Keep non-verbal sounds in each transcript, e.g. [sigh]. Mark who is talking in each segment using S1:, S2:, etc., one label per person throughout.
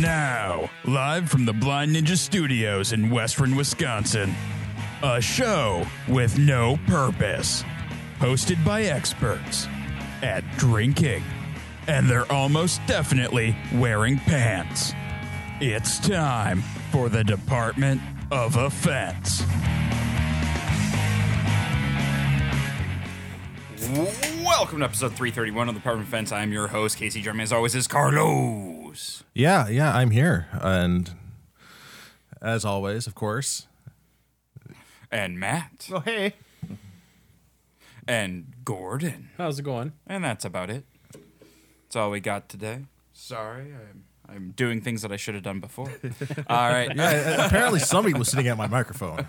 S1: Now, live from the Blind Ninja Studios in Western Wisconsin, a show with no purpose, hosted by experts at drinking, and they're almost definitely wearing pants. It's time for the Department of Offense.
S2: Welcome to episode 331 of the Department of Fence. I'm your host, Casey Jeremy. As always, is Carlos.
S3: Yeah, yeah, I'm here. And as always, of course.
S2: And Matt.
S4: Oh, hey.
S2: And Gordon.
S4: How's it going?
S2: And that's about it. That's all we got today. Sorry, I'm, I'm doing things that I should have done before. all right.
S3: Yeah, apparently somebody was sitting at my microphone.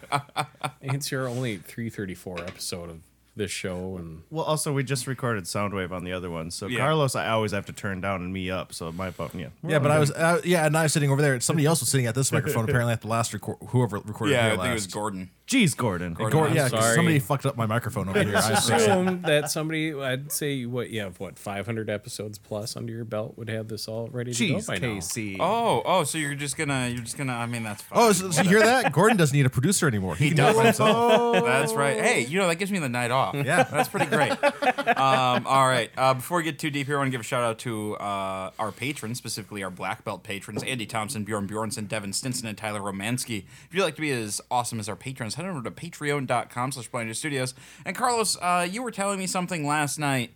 S5: It's your only 334 episode of this show, and
S4: Well, also, we just recorded Soundwave on the other one. So,
S2: Yeah.
S4: Carlos, I always have to turn down and me up. So, my phone, yeah.
S3: Yeah, but I was uh, yeah, and I was sitting over there. Somebody else was sitting at this microphone. Apparently, at the last record, whoever recorded
S2: Yeah, I
S3: here
S2: think
S3: last.
S2: it was Gordon.
S4: Jeez, Gordon.
S2: Gordon.
S3: Gord-
S2: I'm
S3: yeah, 'cause
S5: sorry.
S3: somebody fucked up my microphone over
S2: [laughs]
S3: here. I appreciate it.
S5: assume that somebody, I'd say, what you have, what 500 episodes plus under your belt would have this all ready to
S4: Jeez,
S5: go by
S4: Casey.
S2: Oh, oh, so you're just gonna, you're just gonna, I mean, that's fine.
S3: Oh, so, so you hear that? Gordon doesn't need a producer anymore.
S2: [laughs]
S3: He, can do it by himself.
S2: That's right. Hey, you know, that gives me the night off.
S3: Yeah.
S2: That's pretty great. Um, all right. Uh, before we get too deep here, I want to give a shout out to uh, our patrons, specifically our black belt patrons Andy Thompson, Bjorn Bjornson, Devin Stinson, and Tyler Romansky. If you'd like to be as awesome as our patrons, head over to patreon.com slash Blinder studios. And Carlos, uh, you were telling me something last night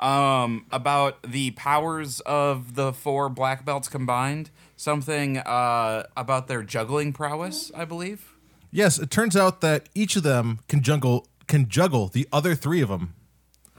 S2: um, about the powers of the four black belts combined. Something uh, about their juggling prowess, I believe.
S3: Yes, it turns out that each of them can juggle can juggle the other three of them.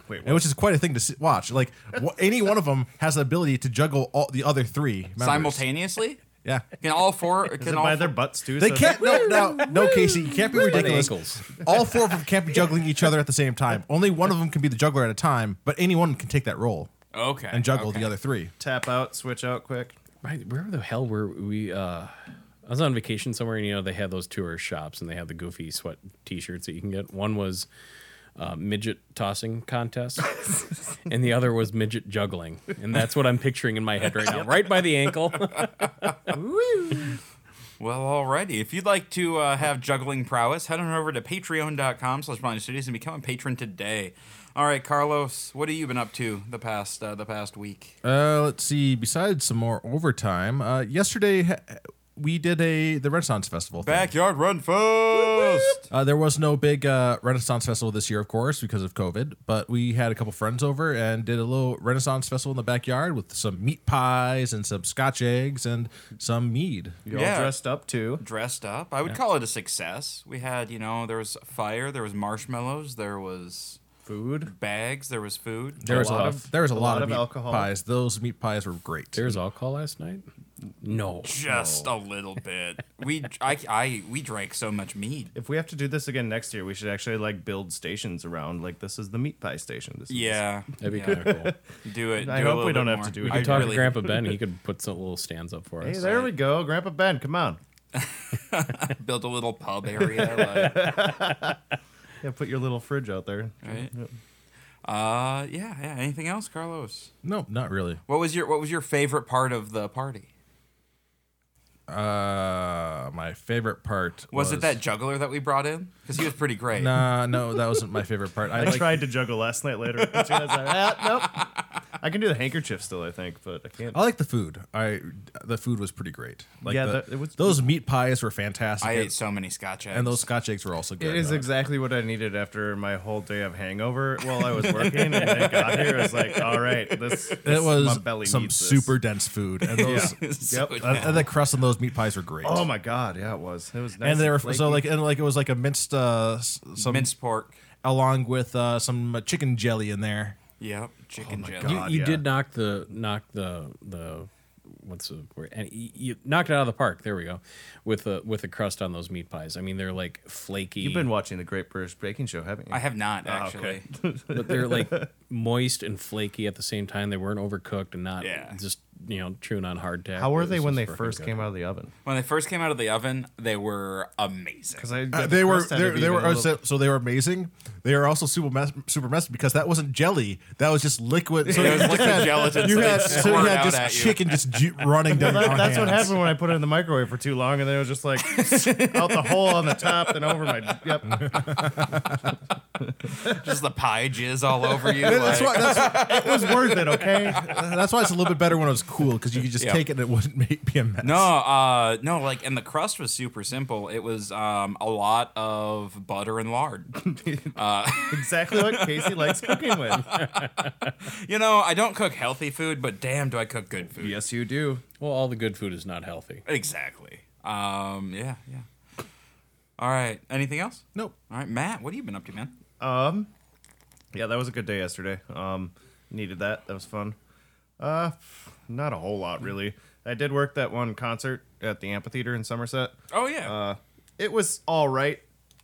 S4: Wait,
S3: And which is quite a thing to see, watch. Like wh- any one of them has the ability to juggle all the other three members.
S2: simultaneously?
S3: Yeah.
S2: Can all four?
S4: [laughs]
S2: Can
S4: Is it
S2: all
S4: by
S2: four,
S4: their butts, too?
S3: They
S4: So-
S3: can't. No, no, no, Casey, you can't be ridiculous.
S5: ankles.
S3: All four of them can't be juggling each other at the same time. Only one of them can be the juggler at a time, but any one can take that role
S2: Okay.
S3: and juggle
S2: okay.
S3: the other three.
S4: Tap out, switch out quick.
S5: Right, where the hell were we? Uh, I was on vacation somewhere, and you know they had those tourist shops, and they had the goofy sweat T-shirts that you can get. One was uh, midget tossing
S4: [laughs]
S5: contest, and the other was midget juggling, and that's what I'm picturing in my head right now, right by the
S4: [laughs]
S5: ankle.
S2: Well, alrighty. If you'd like to uh, have juggling prowess, head on over to patreon.com slash blind studios and become a patron today. All right, Carlos, what have you been up to the past uh, the past week?
S3: Uh, let's see. Besides some more overtime, uh, yesterday ha- we did a the Renaissance Festival. Thing.
S2: Backyard Run Fest!
S3: Uh, there was no big uh, Renaissance Festival this year, of course, because of COVID. But we had a couple friends over and did a little Renaissance Festival in the backyard with some meat pies and some Scotch eggs and some mead.
S4: You're
S2: Yeah.
S4: all dressed up, too.
S2: Dressed up. I would call it a success. We had, you know, there was fire, there was marshmallows, there was
S4: Food.
S2: bags, there was food.
S3: There was a
S5: lot
S3: lot
S5: of-
S3: of there was a, lot, of, meat
S4: alcohol.
S3: pies. Those meat pies were great.
S5: There was alcohol last night. No,
S2: Just a little bit. We I, I we drank so
S4: [laughs]
S2: much mead.
S4: If we have to do this again next year, we should actually like build stations around. Like this is the meat pie station. This is-
S2: Yeah.
S5: that'd be
S2: yeah.
S5: kind of cool.
S2: Do it.
S4: I hope
S2: do a little
S4: we don't
S2: bit
S4: have
S2: more.
S4: to do it.
S2: I
S4: We
S5: You talk
S2: really-
S5: to Grandpa Ben, [laughs] he could put some little stands up for
S4: Hey,
S5: us.
S4: there we go, Grandpa Ben. Come on.
S2: build a little pub area.
S3: [laughs]
S2: Like,
S4: Yeah, put your little fridge out there.
S2: right? Uh, yeah, yeah. Anything else, Carlos?
S3: No, not really.
S2: What was your What was your favorite part of the party?
S3: Uh, my favorite part
S2: Was,
S3: was,
S2: it that juggler that we brought in? Because he was pretty great.
S3: [laughs] Nah, no, that wasn't my favorite part. I,
S4: [laughs] I
S3: like,
S4: tried to juggle last night later. [laughs] I was like, "Ah, nope. I can do the handkerchief still, I think, but I can't.
S3: I like the food. I the food was pretty great. Like
S4: Yeah,
S3: the-
S4: that- it was-
S3: those meat pies were fantastic.
S2: I
S3: and,
S2: ate so many Scotch eggs.
S3: and those Scotch eggs were also good.
S4: It is exactly what I needed after my whole day of hangover while I [laughs] was working, and I got here. I was like, "All right, this,
S3: It
S4: this- my
S3: was
S4: belly
S3: some
S4: needs this."
S3: super dense
S4: [laughs]
S3: food, and those
S2: [laughs] So
S4: Yep.
S3: and- and the crust on those meat pies were great.
S4: Oh my god, yeah, it was. It was nice.
S3: and they were
S4: flaky.
S3: so like and like it was like a minced uh s- some
S2: minced pork.
S3: along with uh some uh, chicken jelly in there.
S2: Yep, chicken jelly.
S3: Oh God.
S5: You, you
S3: yeah.
S5: did knock the knock the the what's the word? And you, you knocked it out of the park. There we go. With the with the crust on those meat pies. I mean, they're like flaky.
S4: You've been watching the Great British Baking Show, haven't you?
S2: I have not
S4: Ah,
S2: actually.
S4: [laughs]
S5: but they're like moist and flaky at the same time. They weren't overcooked and not
S2: Yeah.
S5: just you know chewing on hardtack.
S4: How were
S5: It
S4: they
S5: was
S4: when
S5: just
S4: they
S5: freaking
S4: first
S5: good.
S4: came out of the oven?
S2: When they first came out of the oven, they were
S3: [laughs]
S2: amazing.
S4: Because I
S3: Uh,
S4: the
S3: they were
S4: first time
S3: they,
S4: to be
S3: they
S4: even
S3: were
S4: a little- [laughs]
S3: so, so they were amazing. They are also super mess, super messy because that wasn't jelly. That was just liquid. So
S2: [laughs] It
S3: you
S2: was
S3: just
S2: liquid
S3: had-
S2: gelatin,
S3: You
S2: so they
S3: had
S2: just
S3: so you
S2: squirt
S3: had
S2: out
S3: just
S2: at you.
S3: chicken just
S2: [laughs]
S3: ju- running down. your
S4: That- that's what
S3: hands.
S4: happened when I put it in the microwave for too long, and then it was just [laughs] like out the hole on the top, then over my. Yep.
S2: Just the pie jizz all over
S3: [laughs]
S2: you.
S3: That's
S2: like-
S3: why, that's,
S4: [laughs] It was worth it, okay?
S3: [laughs] that's why it's a little bit better when it was cool because you could just
S2: Yeah.
S3: take it and it wouldn't make, be a mess.
S2: No, uh, no, like, and the crust was super simple. It was um, a lot of butter and lard. [laughs]
S4: Exactly what Casey likes cooking with.
S2: you know, I don't cook healthy food, but damn, do I cook good food.
S4: Yes, you do.
S5: Well, all the good food is not healthy.
S2: Exactly. Um, yeah, yeah. All right. Anything else?
S3: nope.
S2: All right, Matt, what have you been up to, man?
S4: Yeah, that was a good day yesterday. Um, needed that. That was fun. Uh, not a whole lot really. I did work that one concert at the amphitheater in Somerset.
S2: Oh, yeah.
S4: Uh, it was all right.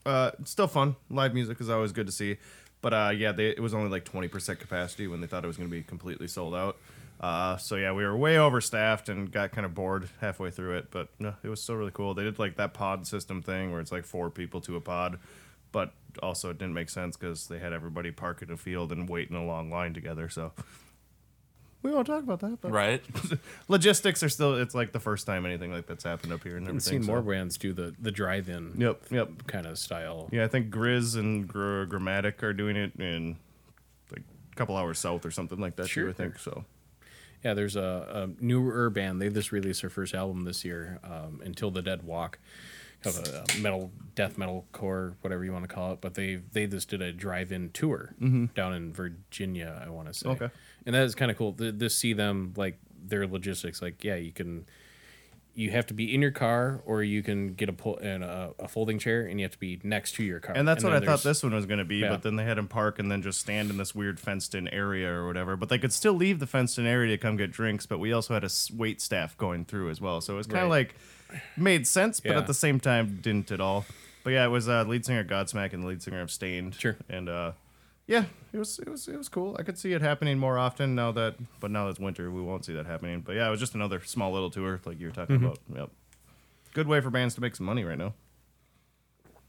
S4: Uh, still fun. Live music is always good to see. But uh, yeah, they, it was only like 20% capacity when they thought it was going to be completely sold out. Uh, so yeah, we were way overstaffed and got kind of bored halfway through it. But no, it was still really cool. They did like that pod system thing where it's like four people to a pod. But also, it didn't make sense because they had everybody park in a field and wait in a long line together. So we won't talk about that. But
S2: right?
S4: logistics are still, it's like the first time anything like that's happened up here and
S5: I've
S4: everything.
S5: seen
S4: so-
S5: more bands do the the drive-in
S4: Yep, yep.
S5: kind of style.
S4: Yeah, I think Grizz and Gr- Grammatic are doing it in like a couple hours south or something like that. Sure.
S5: Sure. Uh,
S4: I think so.
S5: Yeah, there's a, a newer band. They just released their first album this year, um, Until the Dead Walk, kind of a metal, death metal core, whatever you want to call it. But they they just did a drive-in tour down in Virginia, I want to say.
S4: Mm-hmm. Okay.
S5: and that is kind of cool to, to see them like their logistics. Like, yeah, you can. You have to be in your car, or you can get a pull and a, a folding chair, and you have to be next to your car.
S4: And that's what
S5: then
S4: I
S5: there's-
S4: thought this one was going to be,
S5: Yeah.
S4: but then they had him park and then just stand in this weird fenced in area or whatever. But they could still leave the fenced in area to come get drinks, but we also had a s- wait staff going through as well. So it was kind of
S5: Right.
S4: like made sense, but
S5: Yeah.
S4: at the same time didn't at all. But yeah, it was uh, lead singer Godsmack and the lead singer Abstained.
S5: Sure.
S4: And uh, yeah, it was it was it was cool. I could see it happening more often now that, but now that it's winter, we won't see that happening. But yeah, it was just another small little tour like you were talking about. Yep. Good way for bands to make some money right now.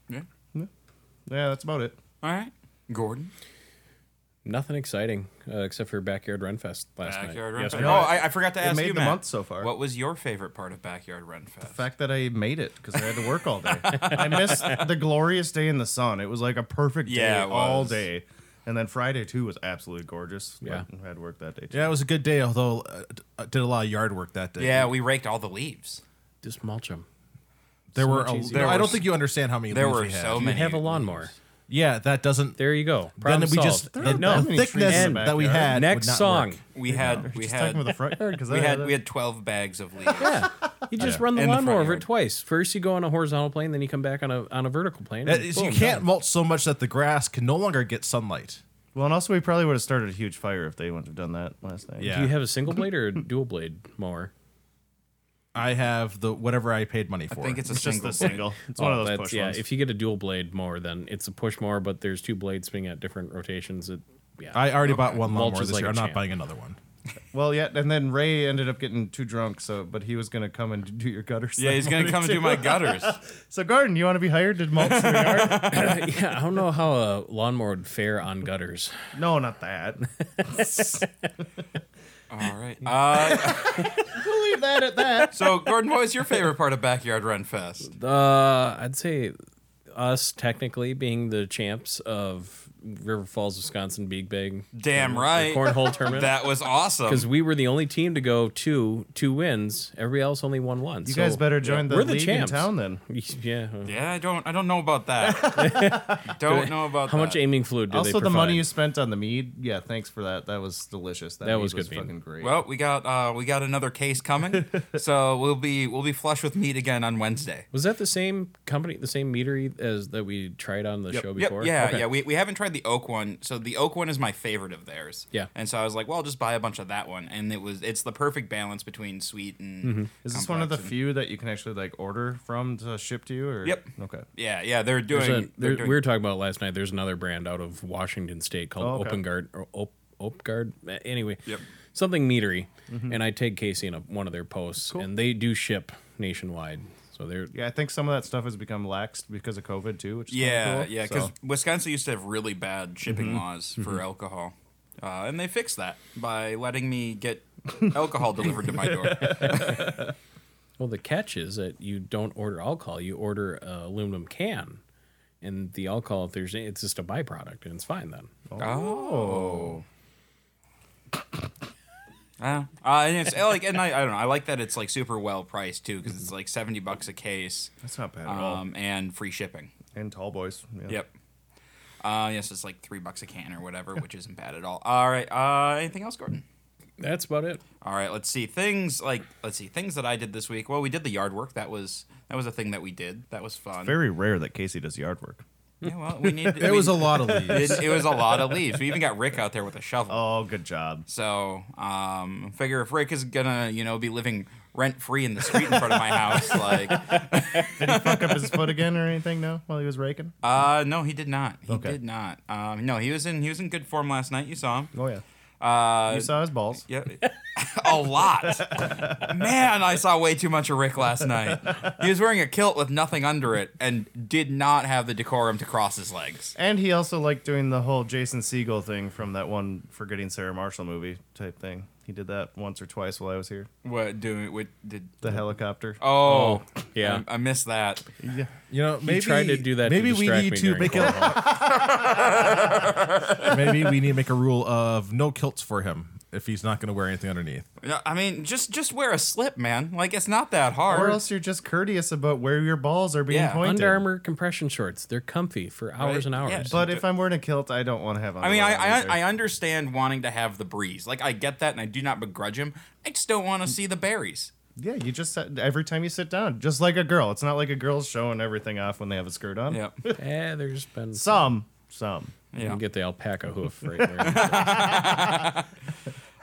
S2: Yeah.
S4: Yeah, that's about it.
S2: [laughs] All right. Gordon.
S5: Nothing exciting uh, except for Backyard Renfest last
S2: Backyard
S5: night.
S2: Run
S5: Yes,
S2: Fest. Oh, I, I forgot to ask
S4: made
S2: you,
S4: the
S2: Matt,
S4: month so far.
S2: What was your favorite part of Backyard Run Fest?
S4: fact that I made it because I had to work all day. I missed the glorious day in the sun. It was like a perfect day
S2: Yeah, it
S4: all
S2: was.
S4: day. And then Friday too was absolutely gorgeous. but
S5: Yeah.
S4: I had to work that day too.
S3: Yeah, it was a good day, although uh, d- uh, did a lot of yard work that day.
S2: Yeah, we raked all the leaves.
S5: Just mulch 'em.
S3: there were.
S5: much
S3: A,
S5: easier.
S3: there I
S2: There
S3: don't
S2: was-
S3: think you understand how many.
S2: There
S3: leaves
S2: were
S3: we had.
S2: so
S5: You
S2: many.
S5: have a lawnmower.
S3: Yeah, that doesn't.
S5: There you go.
S3: then
S5: Problem
S3: we just
S5: solved.
S3: the,
S5: no.
S3: the
S4: many trees
S3: thickness
S4: in the
S3: that we
S4: backyard.
S3: had.
S5: Next
S3: would not
S5: song.
S3: work.
S2: We had we
S4: Just talking
S2: had
S4: about the front yard because
S2: [laughs] we had we had twelve bags of leaves.
S5: Yeah.
S3: [laughs]
S5: You just run the
S2: In the front
S5: lawnmower over it
S2: yard.
S5: twice. First you go on a horizontal plane, then you come back on a on a vertical plane.
S3: That
S5: and
S3: is-
S5: Mm, boom,
S3: you can't [laughs]
S5: done.
S3: mulch so much that the grass can no longer get sunlight.
S4: well, and also we probably would have started a huge fire if they wouldn't have done that last night.
S3: Yeah.
S5: Do you have a single blade or a dual blade mower?
S3: I have the whatever I paid money for.
S2: I think it's a
S4: it's [laughs] just
S2: single.
S4: the single. Oh, It's one of those
S5: That's-
S4: push
S5: yeah,
S4: ones.
S5: if you get a dual blade mower, then it's a push mower, but there's two blades being at different rotations. It, yeah.
S3: I already bought one
S5: Mulch
S3: lawnmower
S5: is
S3: this
S5: like
S3: year.
S5: a
S3: I'm not
S5: champ.
S3: buying another one.
S4: well, yeah, and then Ray ended up getting too drunk, so but he was gonna come and do your gutters.
S2: [laughs] Yeah,
S4: that
S2: he's
S4: [laughs]
S2: gonna
S4: morning,
S2: come and
S4: too.
S2: do my gutters.
S4: So, Garden, you want to be hired to mulch your yard?
S5: [laughs] yeah, I don't know how a lawnmower would fare on gutters.
S4: no, not that.
S2: All right. Uh,
S4: we'll leave that at that.
S2: so, Gordon, what was your favorite part of Backyard Run Fest?
S5: Uh, I'd say us technically being the champs of River Falls, Wisconsin, Big Bang
S2: Damn right.
S5: cornhole tournament.
S2: [laughs] That was awesome.
S5: because we were the only team to go two two wins. Everybody else only won one.
S4: You guys better join the
S5: we're the
S4: league
S5: champs.
S4: in town then.
S5: [laughs] Yeah.
S2: Yeah, I don't. I don't know about that.
S5: [laughs]
S2: don't know about
S5: How
S2: that.
S5: much aiming fluid do they
S4: also, the
S5: provide?
S4: money you spent on the mead, yeah, thanks for that. That was delicious. That,
S5: That
S4: mead
S5: was
S4: was
S5: good mead.
S4: fucking great.
S2: Well, we got uh, we got another
S5: [laughs]
S2: case coming, so we'll be we'll be flush with meat again on Wednesday.
S5: was that the same company, the same meadery as that we tried on the show
S2: Yep,
S5: before?
S2: yeah,
S5: Okay.
S2: yeah. We, we haven't tried the oak one, so the oak one is my favorite of theirs.
S5: Yeah.
S2: and so I was like, well, I'll just buy a bunch of that one, and it was it's the perfect balance between sweet and.
S5: Mm-hmm.
S4: is this one of the
S2: complex and-
S4: few that you can actually like order from to ship to you? Or
S2: Yep.
S4: okay,
S2: Yeah, yeah, they're doing.
S5: There's a-
S2: they're
S5: there-
S2: doing
S5: we were talking about it last night. There's another brand out of Washington State called
S4: Oh, okay.
S5: Open Guard or Op- Opgard. Uh, Anyway,
S2: Yep.
S5: something meatery,
S4: Mm-hmm.
S5: and I tag Casey in a, one of their posts, and they do ship nationwide. So they're
S4: Yeah, I think some of that stuff has become laxed because of COVID too. Which is kinda
S2: Yeah,
S4: cool.
S2: yeah,
S4: So-
S2: because Wisconsin used to have really bad shipping laws for alcohol, uh, and they fixed that by letting me get alcohol delivered to my door.
S5: well. The catch is that you don't order alcohol; you order a aluminum can, and the alcohol, if there's any- it's just a byproduct, and it's fine then.
S2: Oh. Uh, and it's uh, like, and I, I don't know. I like that it's like super well priced too, because it's like seventy bucks a case,
S4: that's not bad at all.
S2: um, and free shipping.
S4: And tall boys. Yeah.
S2: Yep. Uh, yes, it's like three bucks a can or whatever, which isn't bad at all. All right. Uh, anything else, Gordon?
S5: That's about it.
S2: All right, let's see things like let's see things that I did this week. Well, we did the yard work. That was that was a thing that we did. That was fun.
S4: Very rare that Casey does yard work.
S2: yeah, well,
S3: [laughs]
S2: we need.
S3: It was a lot
S5: [laughs]
S3: of leaves.
S2: [laughs] It, it was a lot of leaves. We even got Rick out there with a shovel.
S4: Oh, good job.
S2: So, um, figure if Rick is gonna, you know, be living rent free in the street in front of my house, like, [laughs]
S4: Fuck up his foot again or anything? No, while he was raking.
S2: uh, no, he did not. He
S4: Okay.
S2: did not. Um, no, he was in he was in good form last night. You saw him.
S4: Oh yeah.
S2: Uh,
S4: You saw his balls.
S2: Yeah. [laughs] a lot. Man, I saw way too much of Rick last night. He was wearing a kilt with nothing under it and did not have the decorum to cross his legs.
S4: And he also liked doing the whole Jason Siegel thing from that one Forgetting Sarah Marshall movie type thing. He did that once or twice while I was here.
S2: What doing? What did?
S4: The helicopter.
S2: Mm-hmm. Oh,
S5: yeah.
S2: I, I missed that.
S4: Yeah.
S3: You know, maybe
S5: He tried to do that.
S3: Maybe
S5: to
S3: we
S5: distract
S3: need
S5: me
S3: to
S5: during
S3: make
S5: Cold
S3: a [laughs]
S5: Hall. [laughs]
S3: maybe we need to make a rule of no kilts for him if he's not going to wear anything underneath.
S2: No, I mean, just just wear a slip, man. Like it's not that hard.
S4: Or else you're just courteous about where your balls are being
S2: Yeah.
S4: pointed.
S5: Under Armour compression shorts. They're comfy for hours and
S2: Right,
S5: hours.
S2: yeah. [laughs]
S4: But if I'm wearing a kilt, I don't want to have on.
S2: I mean, I, I I understand wanting to have the breeze. Like I get that, and I do not begrudge him. I just don't want to see the berries.
S4: yeah, you just sat, every time you sit down, just like a girl. It's not like a girl's showing everything off when they have a skirt on.
S2: Yep.
S5: Eh, there's been
S4: Some, some.
S5: You
S2: Yeah.
S5: can get the alpaca hoof right
S2: [laughs]
S5: there.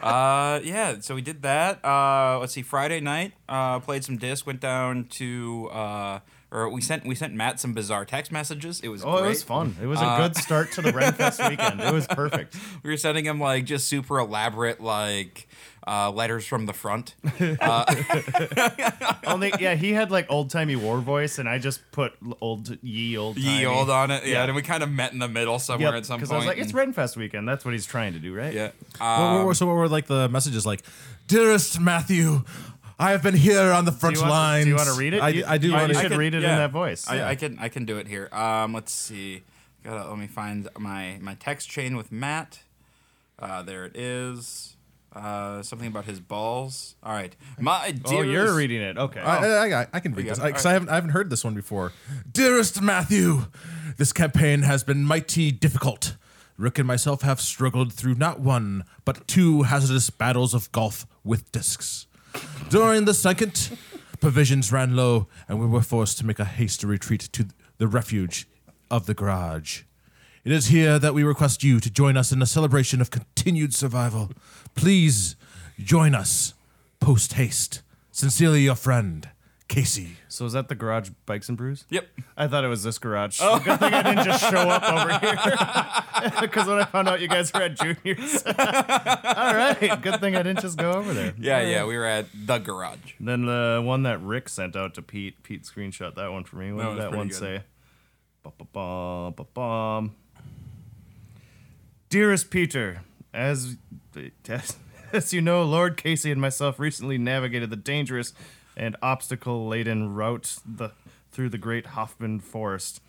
S2: Uh, yeah, so we did that. Uh, let's see, Friday night, uh, played some disc, went down to, uh, or we sent we sent Matt some bizarre text messages. It was
S4: Oh,
S2: great.
S4: it was fun. It was a good start to the [laughs] Renfest weekend. It was perfect.
S2: We were sending him like just super elaborate like uh, letters from
S4: [laughs]
S2: the front.
S4: Only, yeah, he had like old timey war voice, and I just put l- old ye old
S2: Ye old on it, yeah. And we kind of met in the middle somewhere
S4: Yep,
S2: at some
S4: because
S2: point.
S4: I was like, it's
S2: and-
S4: Renfest weekend. That's what he's trying to do, right?
S2: yeah.
S3: What-
S4: Um,
S3: what were- so what were like the messages like, dearest Matthew, I have been here on the front
S4: you want-
S3: lines.
S4: do you wanna read it?
S3: I,
S4: You-
S3: I do
S4: I-
S3: want
S4: I
S3: to.
S4: could- read it in that voice,
S2: I,
S4: yeah.
S2: I can I can do it here. Um, let's see. Gotta let me find my my text chain with Matt. Uh, there it is. Uh, something about his balls. All right, my dearest,
S4: Oh, you're reading it. Okay.
S2: Uh,
S4: Oh,
S3: I, I, I, I can read
S2: got
S3: this
S2: it.
S3: because
S2: All
S3: I haven't I haven't heard this one before. Dearest Matthew, this campaign has been mighty difficult. Rick and myself have struggled through not one but two hazardous battles of golf with discs. During the second, provisions ran low, and we were forced to make a hasty retreat to the refuge of the garage. It is here that we request you to join us in a celebration of continued survival. Please join us post haste. Sincerely, your friend, Casey.
S4: so is that the garage bikes and brews?
S2: Yep. Oh.
S4: I thought it was this garage. Good thing I didn't just show up
S2: [laughs]
S4: over here. [laughs] Because when I found out you guys were at juniors, [laughs] all right. Good thing I didn't just go over there.
S2: Yeah, yeah. We were at the garage.
S4: Then the one that Rick sent out to Pete, Pete screenshot that one for me. What
S2: That
S4: did
S2: was
S4: that
S2: pretty
S4: one
S2: good.
S4: say? Ba-ba-bum, ba-bum. Dearest Peter, as, [laughs] as as you know, Lord Casey and myself recently navigated the dangerous and obstacle-laden route the, through the great Hoffman Forest.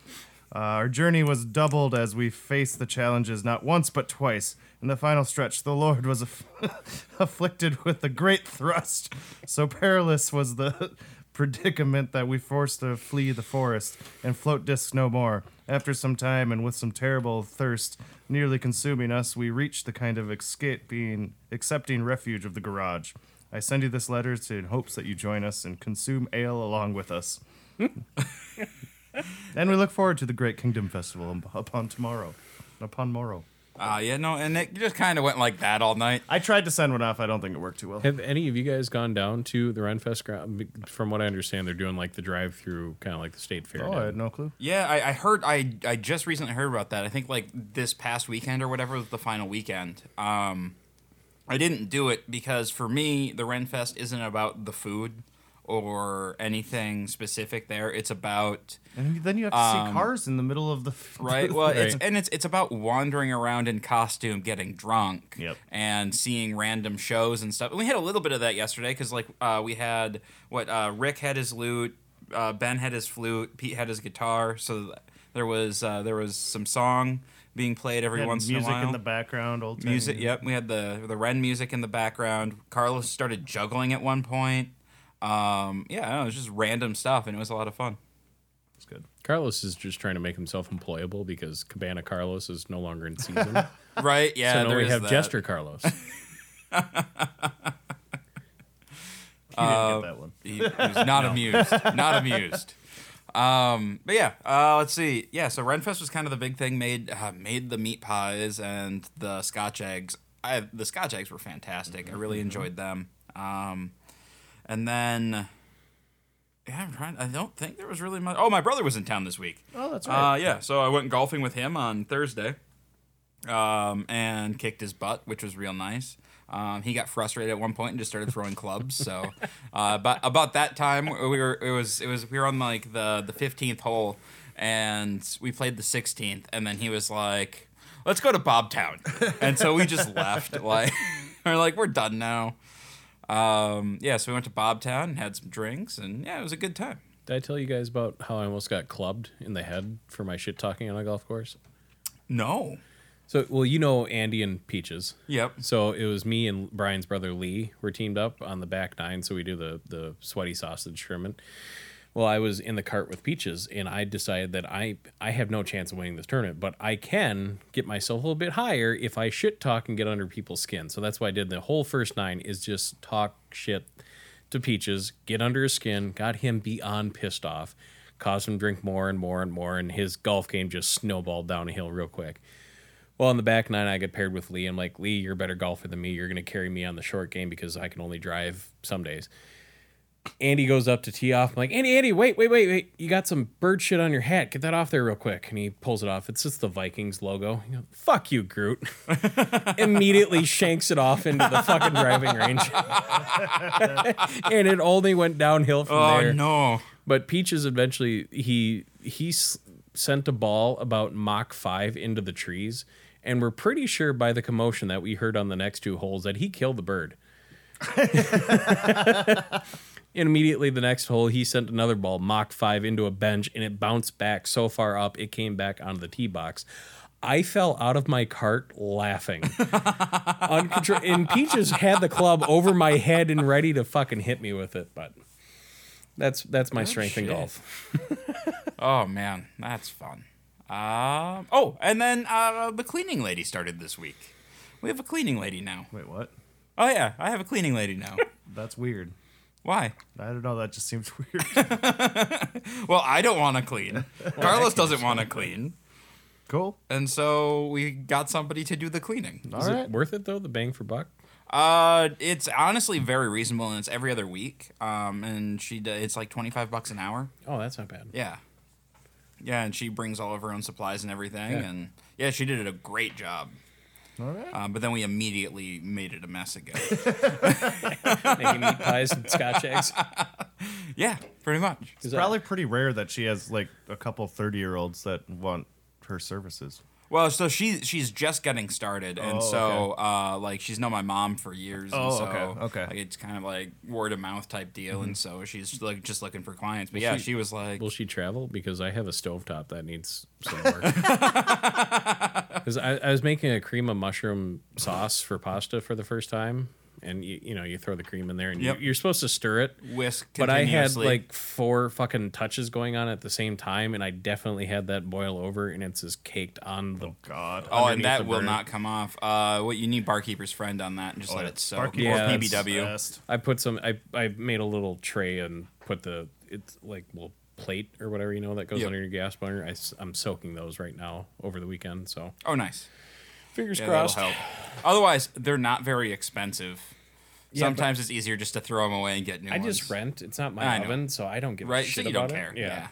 S4: Uh, our journey was doubled as we faced the challenges not once but twice. In the final stretch, the Lord was aff- [laughs] afflicted with a great thrust. So perilous was the [laughs] predicament that we forced to flee the forest and float discs no more. After some time and with some terrible thirst nearly consuming us, we reached the kind of escaping, accepting refuge of the garage. I send you this letter to, in hopes that you join us and consume ale along with us. and we look forward to the Great Kingdom Festival up- upon tomorrow. Upon morrow.
S2: Uh, yeah, no, and it just kind of went like that all night.
S4: I tried to send one off. I don't think it worked too well.
S5: Have any of you guys gone down to the Renfest ground? Be- From what I understand, they're doing like the drive-through, kind of like the state fair.
S4: Oh,
S5: did.
S4: I had no clue.
S2: Yeah, I, I heard. I I just recently heard about that. I think like this past weekend or whatever was the final weekend. Um, I didn't do it because for me, the Renfest isn't about the food or anything specific. There, it's about
S4: And then you have to see cars in the middle of the [laughs]
S5: [laughs]
S2: right. Well, it's
S5: Right.
S2: and it's it's about wandering around in costume, getting drunk,
S4: Yep.
S2: and seeing random shows and stuff. And we had a little bit of that yesterday because like uh, we had what uh, Rick had his lute, uh, Ben had his flute, Pete had his guitar. So th- there was uh, there was some song being played every
S4: Yeah,
S2: once in a
S4: music
S2: while.
S4: in the background, old time.
S2: music. Yep, we had the the Ren music in the background. Carlos started juggling at one point. Um, yeah, I don't know, it was just random stuff, and it was a lot of fun.
S4: It's good.
S5: Carlos is just trying to make himself employable because Cabana Carlos is no longer in
S2: [laughs]
S5: season.
S2: Right?
S5: [laughs]
S2: Yeah.
S5: so now
S2: there
S5: we
S2: is
S5: have
S2: that.
S5: Jester
S2: [laughs]
S5: Carlos.
S4: You didn't get that one.
S2: He, he was not amused. Not amused. Um, but yeah, uh, let's see. Yeah, so Renfest was kind of the big thing. Made uh, made the meat pies and the Scotch eggs. I the Scotch eggs were fantastic. I really enjoyed them. Um, and then yeah, I'm trying. I don't think there was really much. Oh, my brother was in town this week.
S4: Oh, that's right.
S2: Uh, yeah, so I went golfing with him on Thursday um, and kicked his butt, which was real nice. Um, he got frustrated at one point and just started throwing clubs. So, uh, about about that time, we were it was it was we were on like the the fifteenth hole, and we played the sixteenth, and then he was like, "Let's go to Bobtown," and so we just left. Like [laughs] we're like we're done now. Um, yeah, so we went to Bobtown and had some drinks, and yeah, it was a good time.
S5: Did I tell you guys about how I almost got clubbed in the head for my shit talking on a golf course?
S2: No.
S5: So, well, you know Andy and Peaches.
S2: Yep.
S5: So it was me and Brian's brother Lee were teamed up on the back nine. So we do the the sweaty sausage Sherman. Well, I was in the cart with Peaches, and I decided that I I have no chance of winning this tournament, but I can get myself a little bit higher if I shit talk and get under people's skin. So that's why I did the whole first nine is just talk shit to Peaches, get under his skin, got him beyond pissed off, caused him to drink more and more and more, and his golf game just snowballed down a hill real quick. Well, on the back nine, I got paired with Lee. I'm like, Lee, you're a better golfer than me. You're going to carry me on the short game because I can only drive some days. Andy goes up to tee off. I'm like, Andy, Andy, wait, wait, wait, wait. You got some bird shit on your hat. Get that off there real quick. And he pulls it off. It's just the Vikings logo. You know, Fuck you, Groot. Immediately shanks it off into the fucking driving range. [laughs] and it only went downhill from
S2: Oh
S5: there.
S2: no.
S5: But Peaches eventually he he s- sent a ball about Mach five into the trees, and we're pretty sure by the commotion that we heard on the next two holes that he killed the bird. and immediately the next hole, he sent another ball Mach five into a bench, and it bounced back so far up it came back onto the tee box. I fell out of my cart laughing. [laughs] Uncontro- and Peaches had the club over my head and ready to fucking hit me with it, but. That's that's my strength in golf.
S2: Oh man, that's fun. Um, oh, and then uh, the cleaning lady started this week. We have a cleaning lady now.
S4: Wait, what?
S2: Oh yeah, I have a cleaning lady now.
S4: That's weird.
S2: Why?
S4: I don't know. That just seems [laughs] weird.
S2: Well, I don't want to clean. Carlos doesn't want to clean,
S4: cool.
S2: and so we got somebody to do the cleaning.
S4: All
S5: Is
S4: right.
S5: it worth it though? The bang for buck.
S2: Uh, it's honestly very reasonable, and it's every other week. Um, and she d- it's like twenty five bucks an hour.
S5: Oh, that's not bad.
S2: Yeah. Yeah, and she brings all of her own supplies and everything,
S5: Yeah.
S2: and yeah, she did a great job.
S4: All right.
S2: Um, but then we immediately made it a
S5: [laughs]
S2: mess again.
S5: Making
S2: [laughs]
S5: meat pies and scotch eggs.
S2: Yeah, pretty much.
S5: Is
S4: It's
S5: that-
S4: probably pretty rare that she has like a couple 30 year olds that want her services.
S2: Well, so she she's just getting started, and
S4: Oh,
S2: so uh, like she's known my mom for years. and
S4: Oh,
S2: so,
S4: okay, okay.
S2: Like, it's kind of like word of mouth type deal, and so she's like just looking for clients. But yeah, she,
S5: Mm-hmm. she-
S2: was like,
S5: Will she travel? Because I have a stovetop that needs some
S2: [laughs]
S5: work. Because I, I was making a cream of mushroom sauce for pasta for the first time, and you, you know you throw the cream in there, and
S2: Yep.
S5: you, you're supposed to stir it.
S2: whisk.
S5: But I had
S2: continuously.
S5: like four fucking touches going on at the same time, and I definitely had that boil over, and it's just caked on the
S4: God.
S2: oh, and
S5: underneath
S2: that
S5: the
S2: will
S5: burner.
S2: not come off. Uh, what you need barkeeper's friend on that, and just let it soak.
S4: Barkeep
S5: Oh, Yeah,
S2: or
S5: that's
S2: PBW.
S4: best.
S5: I put some. I I made a little tray and put the it's like little plate or whatever you know that goes
S2: Yep.
S5: uh, under your gas burner. I, am soaking those right now over the weekend. So
S2: oh, nice.
S5: Fingers
S2: Yeah,
S5: crossed.
S2: that'll help. Otherwise, they're not very expensive. Sometimes it's easier just to throw them away and get new
S5: I
S2: ones.
S5: just rent. It's not my
S2: I know.
S5: oven, so I don't give a
S2: right? So
S5: shit
S2: you
S5: about
S2: don't care.
S5: it.
S2: Yeah.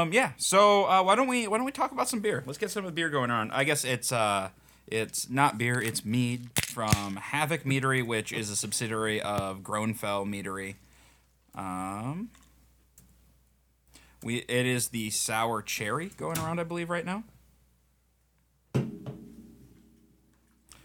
S2: Um. Yeah. So uh, why don't we why don't we talk about some beer? Let's get some of the beer going on. I guess it's uh it's not beer, it's mead from Havoc Meadery, which is a subsidiary of Groenfell Meadery. Um. We it is the sour cherry going around, I believe, right now.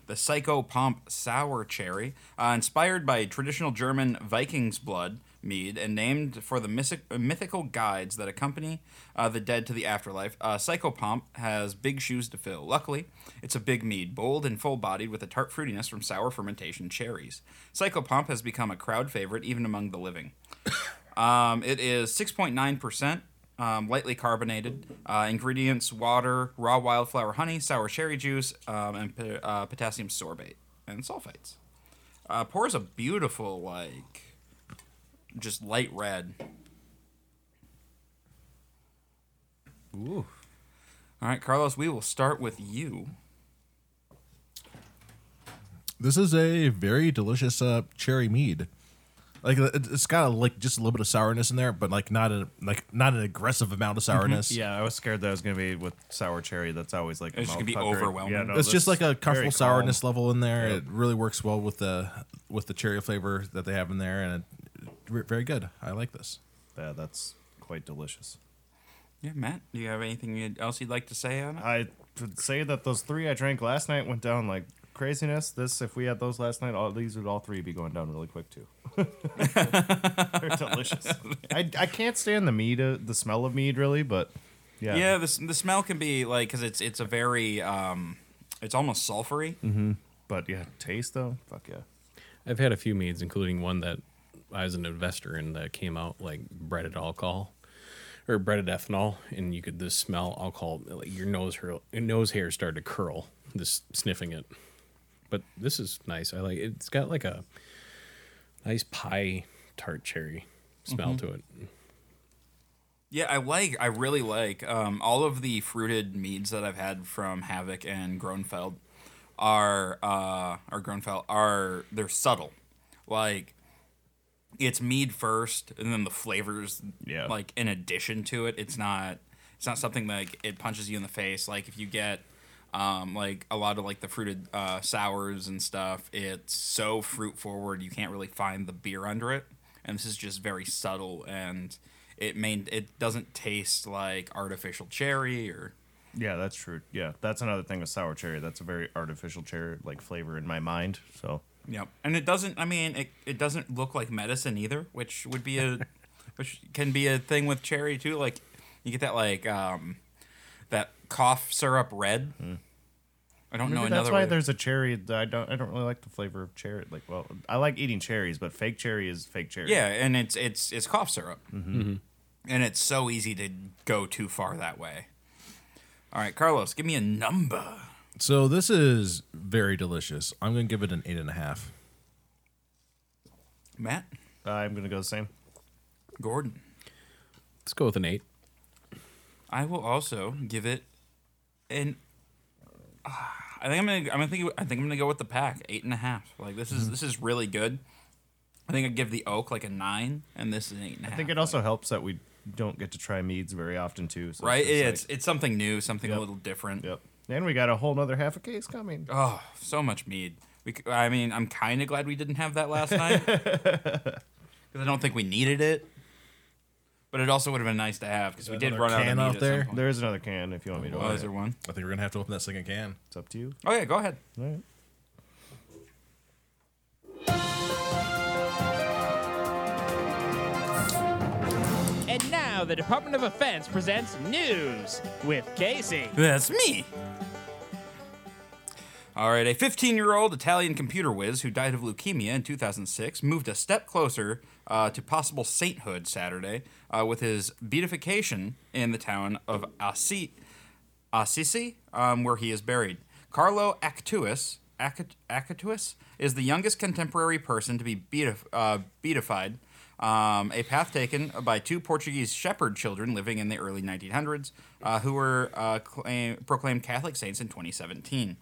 S2: the Psycho Pomp Sour Cherry, uh, inspired by traditional German Vikings blood mead and named for the mysi- uh, mythical guides that accompany uh, the dead to the afterlife. Uh, Psycho Pomp has big shoes to fill. Luckily, it's a big mead, bold and full bodied with a tart fruitiness from sour fermentation cherries. Psycho Pomp has become a crowd favorite even among the living. [coughs] Um, it is 6.9%, um, lightly carbonated. Uh, ingredients water, raw wildflower honey, sour cherry juice, um, and po- uh, potassium sorbate and sulfites. Uh, pours a beautiful, like, just light red. Ooh. All right, Carlos, we will start with you.
S3: This is a very delicious uh, cherry mead. Like it- it's got a, like just a little bit of sourness in there, but like not a like not an aggressive amount of sourness.
S4: Yeah, I was scared that I was gonna be with sour cherry. That's always like
S2: It's just gonna be
S4: mouth-puckering.
S2: overwhelming.
S4: Yeah, no,
S3: it's just like
S4: that's
S3: a
S4: very
S3: comfortable
S4: calm.
S3: sourness level in there. It really works well with the with the cherry flavor that they have in there, and it, re- very good. I like this.
S4: Yeah, that's quite delicious.
S2: Yeah, Matt, do you have anything you'd- else you'd like to say on it?
S4: I would say that those three I drank last night went down like craziness. This, if we had those last night, all these would all three be going down really quick too. [laughs] They're
S2: [laughs]
S4: delicious. I, I can't stand the mead, uh, the smell of mead really, but yeah,
S2: Yeah, the, s- the smell can be like because it's it's a very um, it's almost sulfury.
S4: But yeah, taste though, fuck yeah.
S5: I've had a few meads, including one that I was an investor in that came out like breaded alcohol or breaded ethanol, and you could just smell alcohol. Like your nose hair, your nose hair started to curl just sniffing it. But this is nice. I like it's got like a nice pie tart cherry smell to it.
S2: Yeah, I like. I really like um, all of the fruited meads that I've had from Havoc and Groenfeld. Are uh, are Groenfeld are they're subtle, like it's mead first, and then the flavors.
S4: Yeah.
S2: Like in addition to it, it's not. It's not something like it punches you in the face. Like if you get. Um, like a lot of like the fruited uh, sours and stuff, it's so fruit forward. You can't really find the beer under it, and this is just very subtle and it main it doesn't taste like artificial cherry or
S4: Yeah, that's true. Yeah, that's another thing with sour cherry. That's a very artificial cherry like flavor in my mind. So
S2: Yep. And it doesn't I mean it, it doesn't look like medicine either, which would be [laughs] a which can be a thing with cherry too. Like you get that like um that cough syrup red. I don't
S4: Maybe
S2: know Oh, another
S4: that's why
S2: way.
S4: there's a cherry. that I don't. I don't really like the flavor of cherry. Like, well, I like eating cherries, but fake cherry is fake cherry.
S2: Yeah, and it's it's it's cough syrup. Mm-hmm. And it's so easy to go too far that way. All right, Carlos, give me a number.
S3: So this is very delicious. I'm gonna give it an eight and a half.
S2: Matt,
S4: I'm gonna go the same.
S2: Gordon.
S5: Let's go with an eight.
S2: I will also give it an. Ah, I think I'm gonna. I'm thinking. I think I'm gonna go with the pack eight and a half. Like this is this is really good. I think I'd give the oak like a nine, and this is an eight and a half.
S4: I think it also helps that we don't get to try meads very often too. So
S2: right.
S4: It's,
S2: It's
S4: just
S2: it's, something new, something a
S4: Yep.
S2: little different.
S4: like- yep. And we got a whole nother half a case coming.
S2: Oh, so much mead. We. c- I mean, I'm kind of glad we didn't have that last night because I don't think we needed it. But it also would have been nice to have because we did
S3: another
S2: run out of
S3: can
S2: mead
S3: out
S2: at
S3: there?
S2: Some point.
S4: There is another can if you want me to.
S2: Oh,
S4: open it.
S2: is there one?
S3: I think we're gonna have to open that second can.
S4: It's up to you.
S2: Oh yeah, go ahead.
S4: All right.
S6: And now the Department of Defense presents news with Casey.
S2: That's me. All right, a 15 year old Italian computer whiz who died of leukemia in 2006 moved a step closer uh, to possible sainthood Saturday uh, with his beatification in the town of Assi- Assisi, um, where he is buried. Carlo Actuis, Act- Actuis is the youngest contemporary person to be beatif- uh, beatified. Um, a path taken by two Portuguese shepherd children living in the early 1900s uh, who were uh, claim, proclaimed Catholic saints in 2017.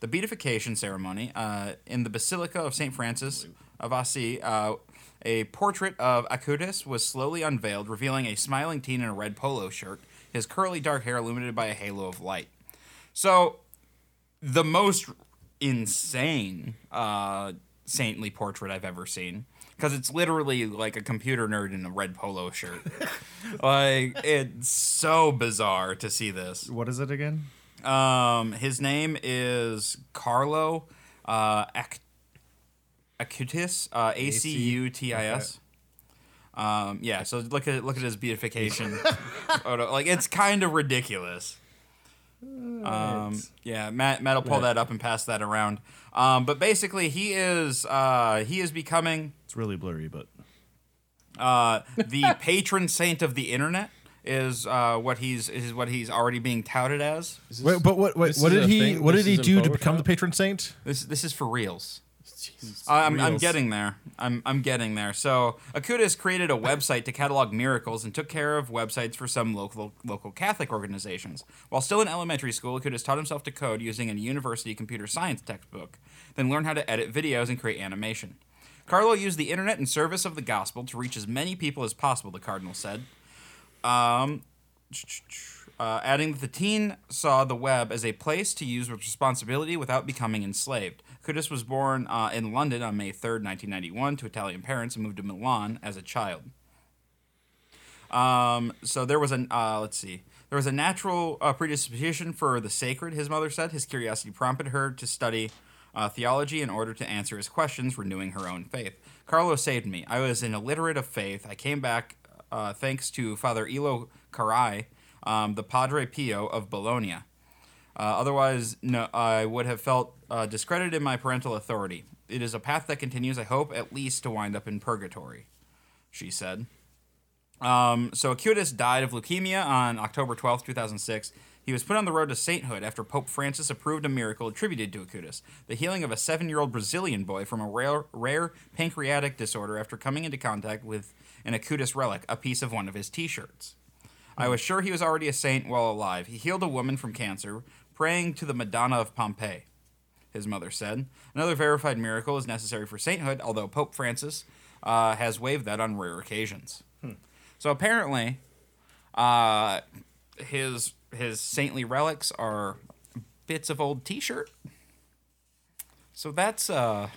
S2: The beatification ceremony uh, in the Basilica of St. Francis of Assisi, uh, a portrait of Acutis was slowly unveiled, revealing a smiling teen in a red polo shirt, his curly dark hair illuminated by a halo of light. So, the most insane uh, saintly portrait I've ever seen. Because it's literally like a computer nerd in a red polo shirt. [laughs] like, it's so bizarre to see this.
S4: What is it again?
S2: Um, his name is Carlo uh, Ac- Acutis, uh, A C U T I S. Um, yeah, so look at look at his [laughs] beatification photo. Like it's kind of ridiculous. Um, yeah, Matt Matt'll pull that up and pass that around. Um, but basically, he is uh, he is becoming
S4: It's really blurry, but
S2: uh, [laughs] the patron saint of the internet. Is uh, what he's is what he's already being touted as.
S3: Wait, but what what,
S5: this
S3: what
S5: is
S3: did
S5: a
S3: he
S5: thing?
S3: what
S5: This
S3: did he
S5: is in
S3: do to become
S5: Photoshop?
S3: the patron saint?
S2: This this is for reals. I- I'm, I'm getting there. I'm, I'm getting there. So Akutis created a website to catalog miracles and took care of websites for some local local Catholic organizations. While still in elementary school, Akutis taught himself to code using a university computer science textbook, then learned how to edit videos and create animation. Carlo used the internet in service of the gospel to reach as many people as possible, the cardinal said. Um, uh, adding that the teen saw the web as a place to use with responsibility without becoming enslaved. Kudus was born uh, in London on May 3rd, 1991, to Italian parents and moved to Milan as a child. Um, so there was an uh, let's see, there was a natural uh, predisposition for the sacred. His mother said his curiosity prompted her to study uh, theology in order to answer his questions, renewing her own faith. Carlo saved me. I was an illiterate of faith. I came back uh, thanks to Father Ilo Carai, um, the Padre Pio of Bologna. Uh, otherwise, no, I would have felt uh, discredited in my parental authority. It is a path that continues, I hope, at least to wind up in purgatory, she said. Um, so Acutis died of leukemia on October 12, 2006. He was put on the road to sainthood after Pope Francis approved a miracle attributed to Acutis, the healing of a seven-year-old Brazilian boy from a rare, rare pancreatic disorder after coming into contact with an Acutis relic, a piece of one of his T-shirts. I was sure he was already a saint while alive. He healed a woman from cancer, praying to the Madonna of Pompeii his mother said. Another verified miracle is necessary for sainthood, although Pope Francis uh, has waived that on rare occasions. So apparently, uh, his his saintly relics are bits of old T-shirt. So that's uh,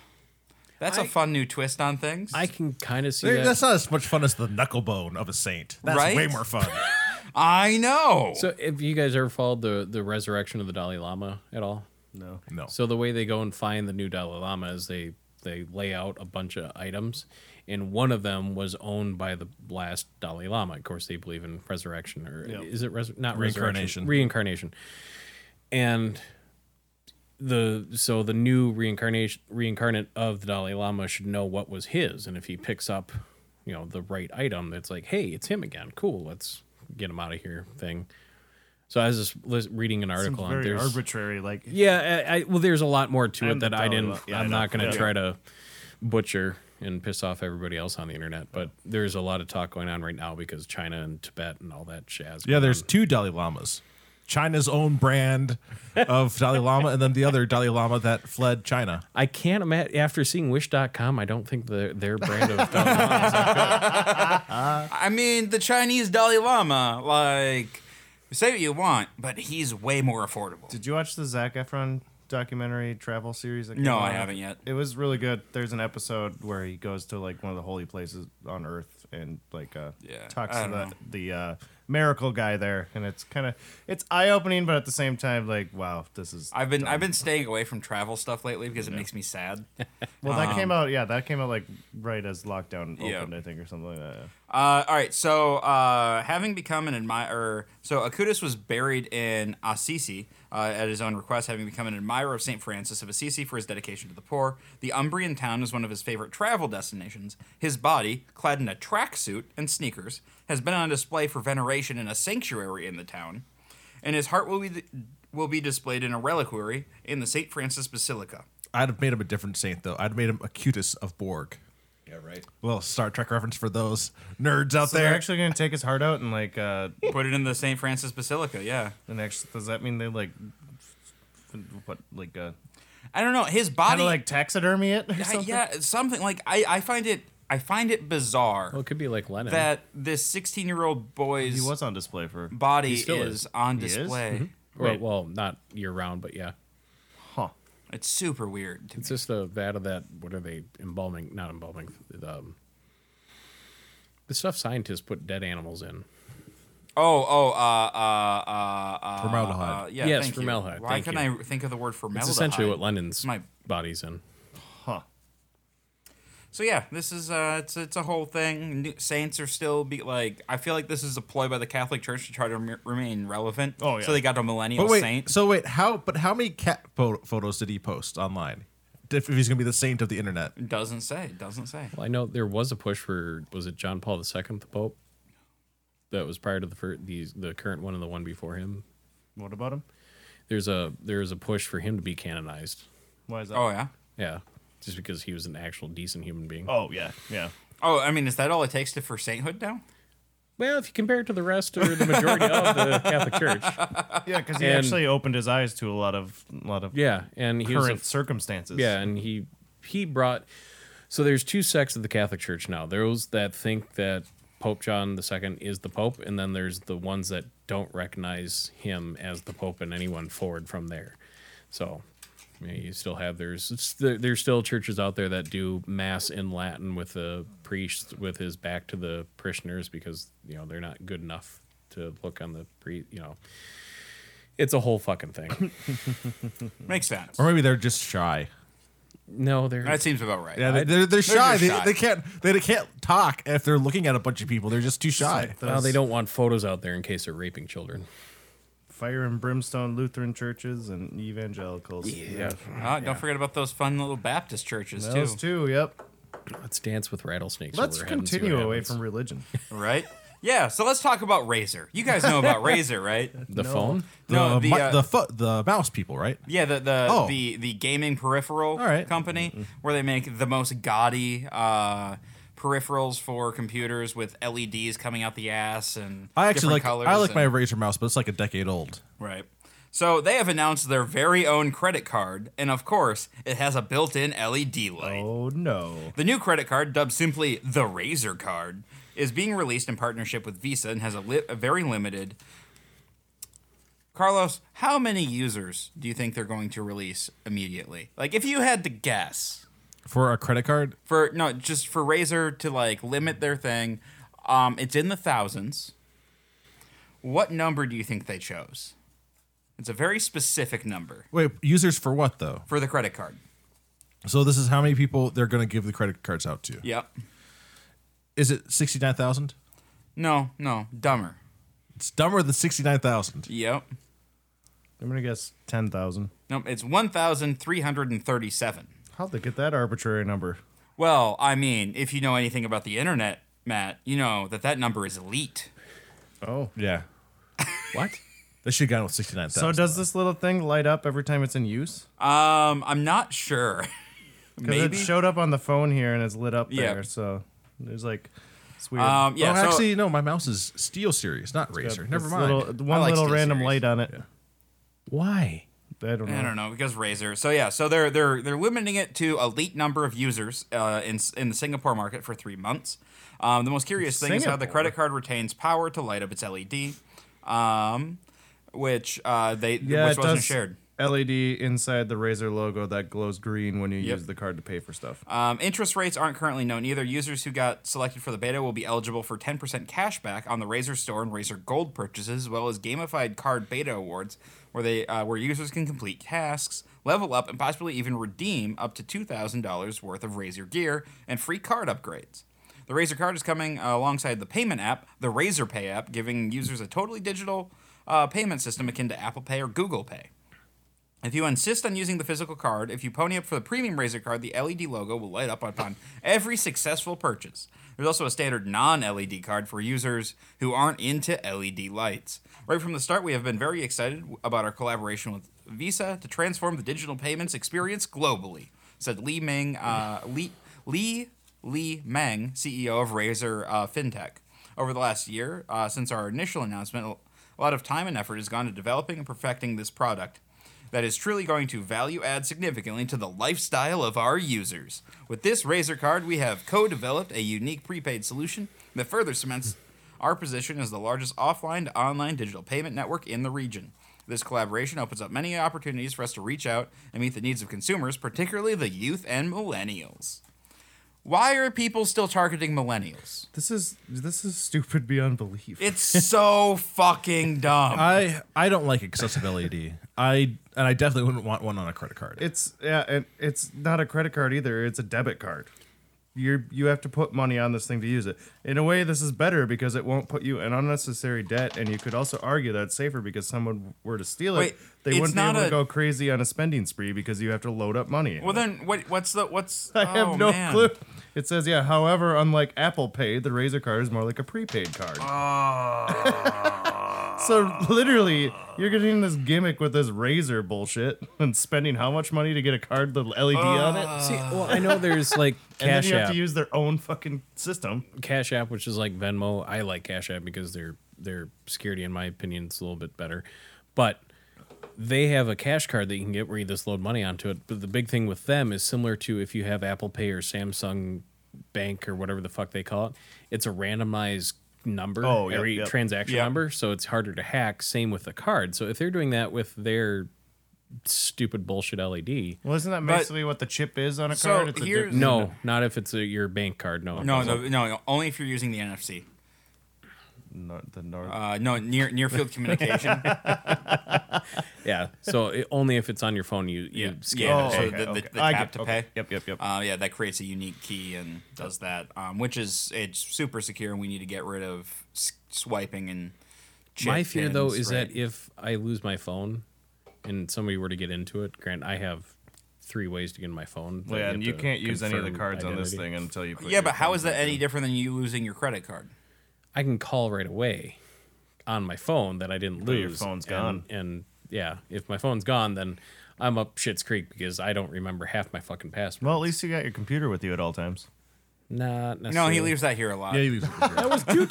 S2: that's a fun new twist on things.
S5: I can kind of see
S3: There-
S5: that.
S3: That's not as much fun as the knucklebone of a saint. That's
S2: Right?
S3: way more
S5: [laughs]
S3: fun.
S2: I know.
S5: So, have you guys ever followed the the resurrection of the Dalai Lama at all?
S4: no.
S3: No.
S5: So the way they go and find the new Dalai Lama is they they lay out a bunch of items, and one of them was owned by the last Dalai Lama. Of course, they believe in resurrection, or is it res- not
S3: Reincarnation.
S5: resurrection, reincarnation, and the so the new reincarnation reincarnate of the Dalai Lama should know what was his, and if he picks up, you know, the right item, that's like, hey, it's him again. Cool, let's get him out of here. Thing. So I was just lis- reading an
S4: Seems
S5: article on
S4: very
S5: there's
S4: arbitrary. Like
S5: yeah, I, I, well, there's a lot more to
S4: And
S5: it that
S4: the
S5: I
S4: Dalai
S5: didn't.
S4: Lama. Yeah, I
S5: I'm
S4: know.
S5: not going to
S4: Yeah.
S5: try to butcher and piss off everybody else on the internet, but there's a lot of talk going on right now because China and Tibet and all that jazz.
S3: Yeah,
S5: going
S3: there's
S5: on.
S3: two Dalai Lamas. China's own brand of Dalai Lama, and then the other Dalai Lama that fled China.
S5: I can't imagine after seeing Wish.com. I don't think the, their brand
S4: [laughs]
S5: of Dalai Lama is like that.
S2: I mean, the Chinese Dalai Lama, like, say what you want, but he's way more affordable.
S4: Did you watch the Zach Efron documentary travel series? That came
S2: No,
S4: out?
S2: I haven't yet.
S4: It was really good. There's an episode where he goes to like one of the holy places on Earth and like uh,
S2: Yeah,
S4: talks
S2: I
S4: to
S2: don't
S4: the, the uh, miracle guy there, and it's kind of it's eye opening, but at the same time, like wow, this is.
S2: I've been I've been staying away from travel stuff lately because it makes me sad.
S4: well, that came out. Yeah, that came out like right as lockdown
S2: Yeah.
S4: opened, I think, or something like that. yeah.
S2: Uh, all right, so uh, having become an admirer, so Acutis was buried in Assisi uh, at his own request, having become an admirer of St. Francis of Assisi for his dedication to the poor. The Umbrian town was one of his favorite travel destinations. His body, clad in a tracksuit and sneakers, has been on display for veneration in a sanctuary in the town, and his heart will be will be displayed in a reliquary in the St. Francis Basilica.
S3: I'd have made him a different saint, though. I'd have made him Acutus of Borg. Yeah, right. Well, Star Trek reference for those nerds out
S4: So
S3: there.
S4: they're actually gonna take his heart out and like uh
S2: Put it in the St. Francis Basilica, yeah.
S4: and actually does that mean they like f- f- what like uh
S2: I don't know. His
S4: kind
S2: body
S4: of like taxidermy it or
S2: I-
S4: something?
S2: yeah, something like I, I find it I find it bizarre
S5: Well, it could be like Lennon.
S2: that this 16 year old boy's
S4: He was on display for
S2: body
S5: He
S2: is,
S5: still is. Mm-hmm.
S2: on
S4: He is?
S2: display.
S5: or,
S4: wait.
S5: well, not year round, but yeah.
S4: huh.
S2: It's super weird. to
S5: It's just the that of that. What are they embalming? Not embalming. The, um, the stuff scientists put dead animals in.
S2: Oh, oh, uh, uh, uh, uh,
S3: Formaldehyde.
S2: Uh, yeah,
S5: Yes,
S2: thank you.
S5: formaldehyde,
S2: Why
S5: thank
S2: can
S5: you.
S2: not I think of the word formaldehyde?
S5: That's essentially what Lennon's
S2: My-
S5: body's in.
S2: So yeah, this is uh, it's it's a whole thing. New- Saints are still be like, I feel like this is a ploy by the Catholic Church to try to rem- remain relevant.
S4: Oh, yeah.
S2: So they got a millennial
S3: But wait,
S2: saint.
S3: so wait, how? But how many cat pho- photos did he post online? If, if he's gonna be the saint of the internet,
S2: doesn't say. Doesn't say.
S5: Well, I know there was a push for was it John Paul II, the Pope, that was prior to the first, these the current one and the one before him.
S4: What about him?
S5: There's a there's a push for him to be canonized.
S4: Why is that?
S2: Oh yeah.
S5: Yeah, just because he was an actual decent human being.
S4: Oh, yeah, yeah.
S2: Oh, I mean, is that all it takes to for sainthood now?
S5: Well, if you compare it to the rest or the majority of the [laughs] Catholic Church,
S4: Yeah, because he
S5: And-
S4: actually opened his eyes to a lot of a lot of
S5: yeah, and he was a
S4: current circumstances.
S5: Yeah, and he he brought. So there's two sects of the Catholic Church now. Those that think that Pope John II is the Pope, and then there's the ones that don't recognize him as the Pope and anyone forward from there. So I mean, you still have there's it's, there, there's still churches out there that do mass in Latin with the priest with his back to the parishioners because you know they're not good enough to look on the priest. You know, it's a whole fucking thing. [coughs]
S2: Makes sense.
S3: or maybe they're just shy.
S5: no, they're
S2: That seems about right.
S3: Yeah, they- they're, they're shy.
S2: just
S3: They,
S2: shy.
S3: they can't they can't talk if they're looking at a bunch of people. They're just too shy.
S5: Well, they don't want photos out there in case they're raping children.
S4: Fire and brimstone Lutheran churches and evangelicals. Yeah,
S2: Uh, Don't forget about those fun little Baptist churches
S4: those two. Yep.
S5: Let's dance with rattlesnakes.
S4: Let's
S5: over our head and see what
S4: continue away
S5: happens.
S4: from religion.
S2: right? Yeah. So let's talk about Razor. You guys
S3: [laughs]
S2: know about Razor, right?
S5: the phone.
S3: The,
S2: No, the,
S3: mi-
S2: uh,
S3: the fo- the mouse people, right?
S2: Yeah, the the
S3: Oh.
S2: the, the gaming peripheral
S3: All right. Mm-hmm.
S2: company where they make the most gaudy uh, peripherals for computers with LEDs coming out the ass and
S3: I actually
S2: different
S3: like
S2: colors
S3: I like
S2: and-
S3: my razor mouse, but it's like a decade old.
S2: right. So they have announced their very own credit card, and of course, it has a built-in LED light.
S4: oh no.
S2: The new credit card, dubbed simply the Razor Card, is being released in partnership with Visa and has a, li- a very limited. Carlos, how many users do you think they're going to release immediately? Like, if you had to guess
S3: For a credit card,
S2: for no, just for Razor to like limit their thing, um, it's in the thousands. What number do you think they chose? It's a very specific number
S3: wait, users for what though?
S2: for the credit card.
S3: So this is how many people they're going to give the credit cards out to.
S2: Yep.
S3: Is it sixty nine thousand?
S2: No, no, dumber.
S3: It's dumber than sixty nine thousand.
S2: Yep.
S4: I'm gonna guess ten thousand.
S2: No, it's 1,337.
S4: How'd they get that arbitrary number?
S2: Well, I mean, if you know anything about the internet, Matt, you know that that number is elite.
S4: Oh.
S3: Yeah,
S5: What?
S3: [laughs] they should have gone with sixty nine
S4: So
S3: thousand.
S4: does this little thing light up every time it's in use?
S2: Um, I'm not sure. [laughs]
S4: Because it
S2: Maybe.
S4: showed up on the phone here and it's lit up
S2: Yeah.
S4: there. So there's like it's weird.
S2: Um, yeah.
S3: oh,
S2: so,
S3: actually, no. My mouse is Steel Series, not Razor.
S4: It's
S3: Never mind.
S4: Little, one
S2: like
S4: little
S2: Steel
S4: random
S2: Series.
S4: light on it.
S5: Why?
S4: I don't know.
S2: I don't know because Razor. So yeah, so they're they're they're limiting it to elite number of users uh, in in the Singapore market for three months. Um, the most curious thing is how the
S4: Singapore.
S2: credit card retains power to light up its LED, um, which uh, they
S4: Yeah, it
S2: which wasn't
S4: does
S2: shared.
S4: LED inside the Razor logo that glows green when you
S2: Yep.
S4: use the card to pay for stuff.
S2: Um, interest rates aren't currently known either. Users who got selected for the beta will be eligible for 10% cashback on the Razor Store and Razor Gold purchases, as well as gamified card beta awards, where they uh, where users can complete tasks, level up, and possibly even redeem up to $2,000 worth of Razor gear and free card upgrades. The Razor card is coming uh, alongside the payment app, the Razor Pay app, giving users a totally digital uh, payment system akin to Apple Pay or Google Pay. If you insist on using the physical card, if you pony up for the premium Razor card, the LED logo will light up upon every successful purchase. There's also a standard non LED card for users who aren't into LED lights. Right from the start, we have been very excited about our collaboration with Visa to transform the digital payments experience globally, said Lee Ming, uh, Lee, Lee Lee Meng, CEO of Razor uh, FinTech. Over the last year, uh, since our initial announcement, a lot of time and effort has gone to developing and perfecting this product that is truly going to value add significantly to the lifestyle of our users. With this Razor card, we have co developed a unique prepaid solution that further cements our position as the largest offline to online digital payment network in the region. This collaboration opens up many opportunities for us to reach out and meet the needs of consumers, particularly the youth and millennials. Why are people still targeting millennials?
S4: This is this is stupid beyond belief. [laughs]
S2: It's so fucking dumb.
S3: I I don't like accessibility. I and I definitely wouldn't want one on a credit card.
S4: It's yeah, and it's not a credit card either. It's a debit card. You you have to put money on this thing to use it. In a way, this is better because it won't put you in unnecessary debt, and you could also argue that it's safer because someone were to steal
S2: Wait,
S4: it, they
S2: it's
S4: wouldn't be
S2: not
S4: able
S2: a-
S4: to go crazy on a spending spree because you have to load up money. in
S2: well,
S4: it.
S2: then what, what's the what's?
S4: I have
S2: oh,
S4: no
S2: man.
S4: clue. It says yeah. However, unlike Apple Pay, the Razor card is more like a prepaid card.
S2: Ah.
S4: so literally, you're getting this gimmick with this Razor bullshit and spending how much money to get a card with LED
S2: Ah.
S4: on it.
S5: See, well, I know there's like
S4: Uh, [laughs] and then
S5: Cash
S4: you have
S5: App,
S4: to use their own fucking system.
S5: Cash App, which is like Venmo. I like Cash App because their their security, in my opinion, is a little bit better. But they have a cash card that you can get where you just load money onto it. But the big thing with them is similar to if you have Apple Pay or Samsung Bank or whatever the fuck they call it. It's a randomized number
S4: Oh, yep,
S5: every
S4: yep.
S5: transaction
S2: Yep.
S5: number, so it's harder to hack. Same with the card. So if they're doing that with their stupid bullshit E LED,
S4: Well, isn't that
S2: But-
S4: basically what the chip is on a
S2: So
S4: card? a
S2: here's-
S4: di-
S5: no, not if it's a, your bank card. No,
S2: No, no, no. Only if you're using the NFC.
S4: no, the north.
S2: Uh, no, near near
S4: [laughs]
S2: field communication.
S5: Yeah. So it, only if it's on your phone, you
S2: Yeah.
S5: you scan
S2: Oh,
S5: it.
S2: so the- the- the
S4: I
S2: tap
S4: get-
S2: to pay.
S4: Yep, yep, yep.
S2: uh, yeah, that creates a unique key and does that, um, which is it's super secure, and we need to get rid of s- swiping and. chip
S5: My fear though
S2: pins,
S5: is
S2: right?
S5: that if I lose my phone, and somebody were to get into it, Grant, I have three ways to get in my phone.
S4: Well, yeah, and you
S5: have to
S4: can't use any of the
S5: confirm
S4: cards on this
S5: identity.
S4: thing until you. Put
S2: yeah,
S4: your
S2: but how
S4: phone
S2: is that
S4: back in.
S2: any different than you losing your credit card?
S5: I can call right away on my phone that I didn't
S4: But
S5: lose.
S4: Oh, your phone's
S5: and-
S4: gone.
S5: and yeah, if my phone's gone, then I'm up shit's creek because I don't remember half my fucking password.
S4: Well, at least you got your computer with you at all times.
S5: Not
S2: No,
S5: necessarily.
S2: he leaves that here a lot.
S3: yeah, you
S4: [laughs]
S3: lose it for sure.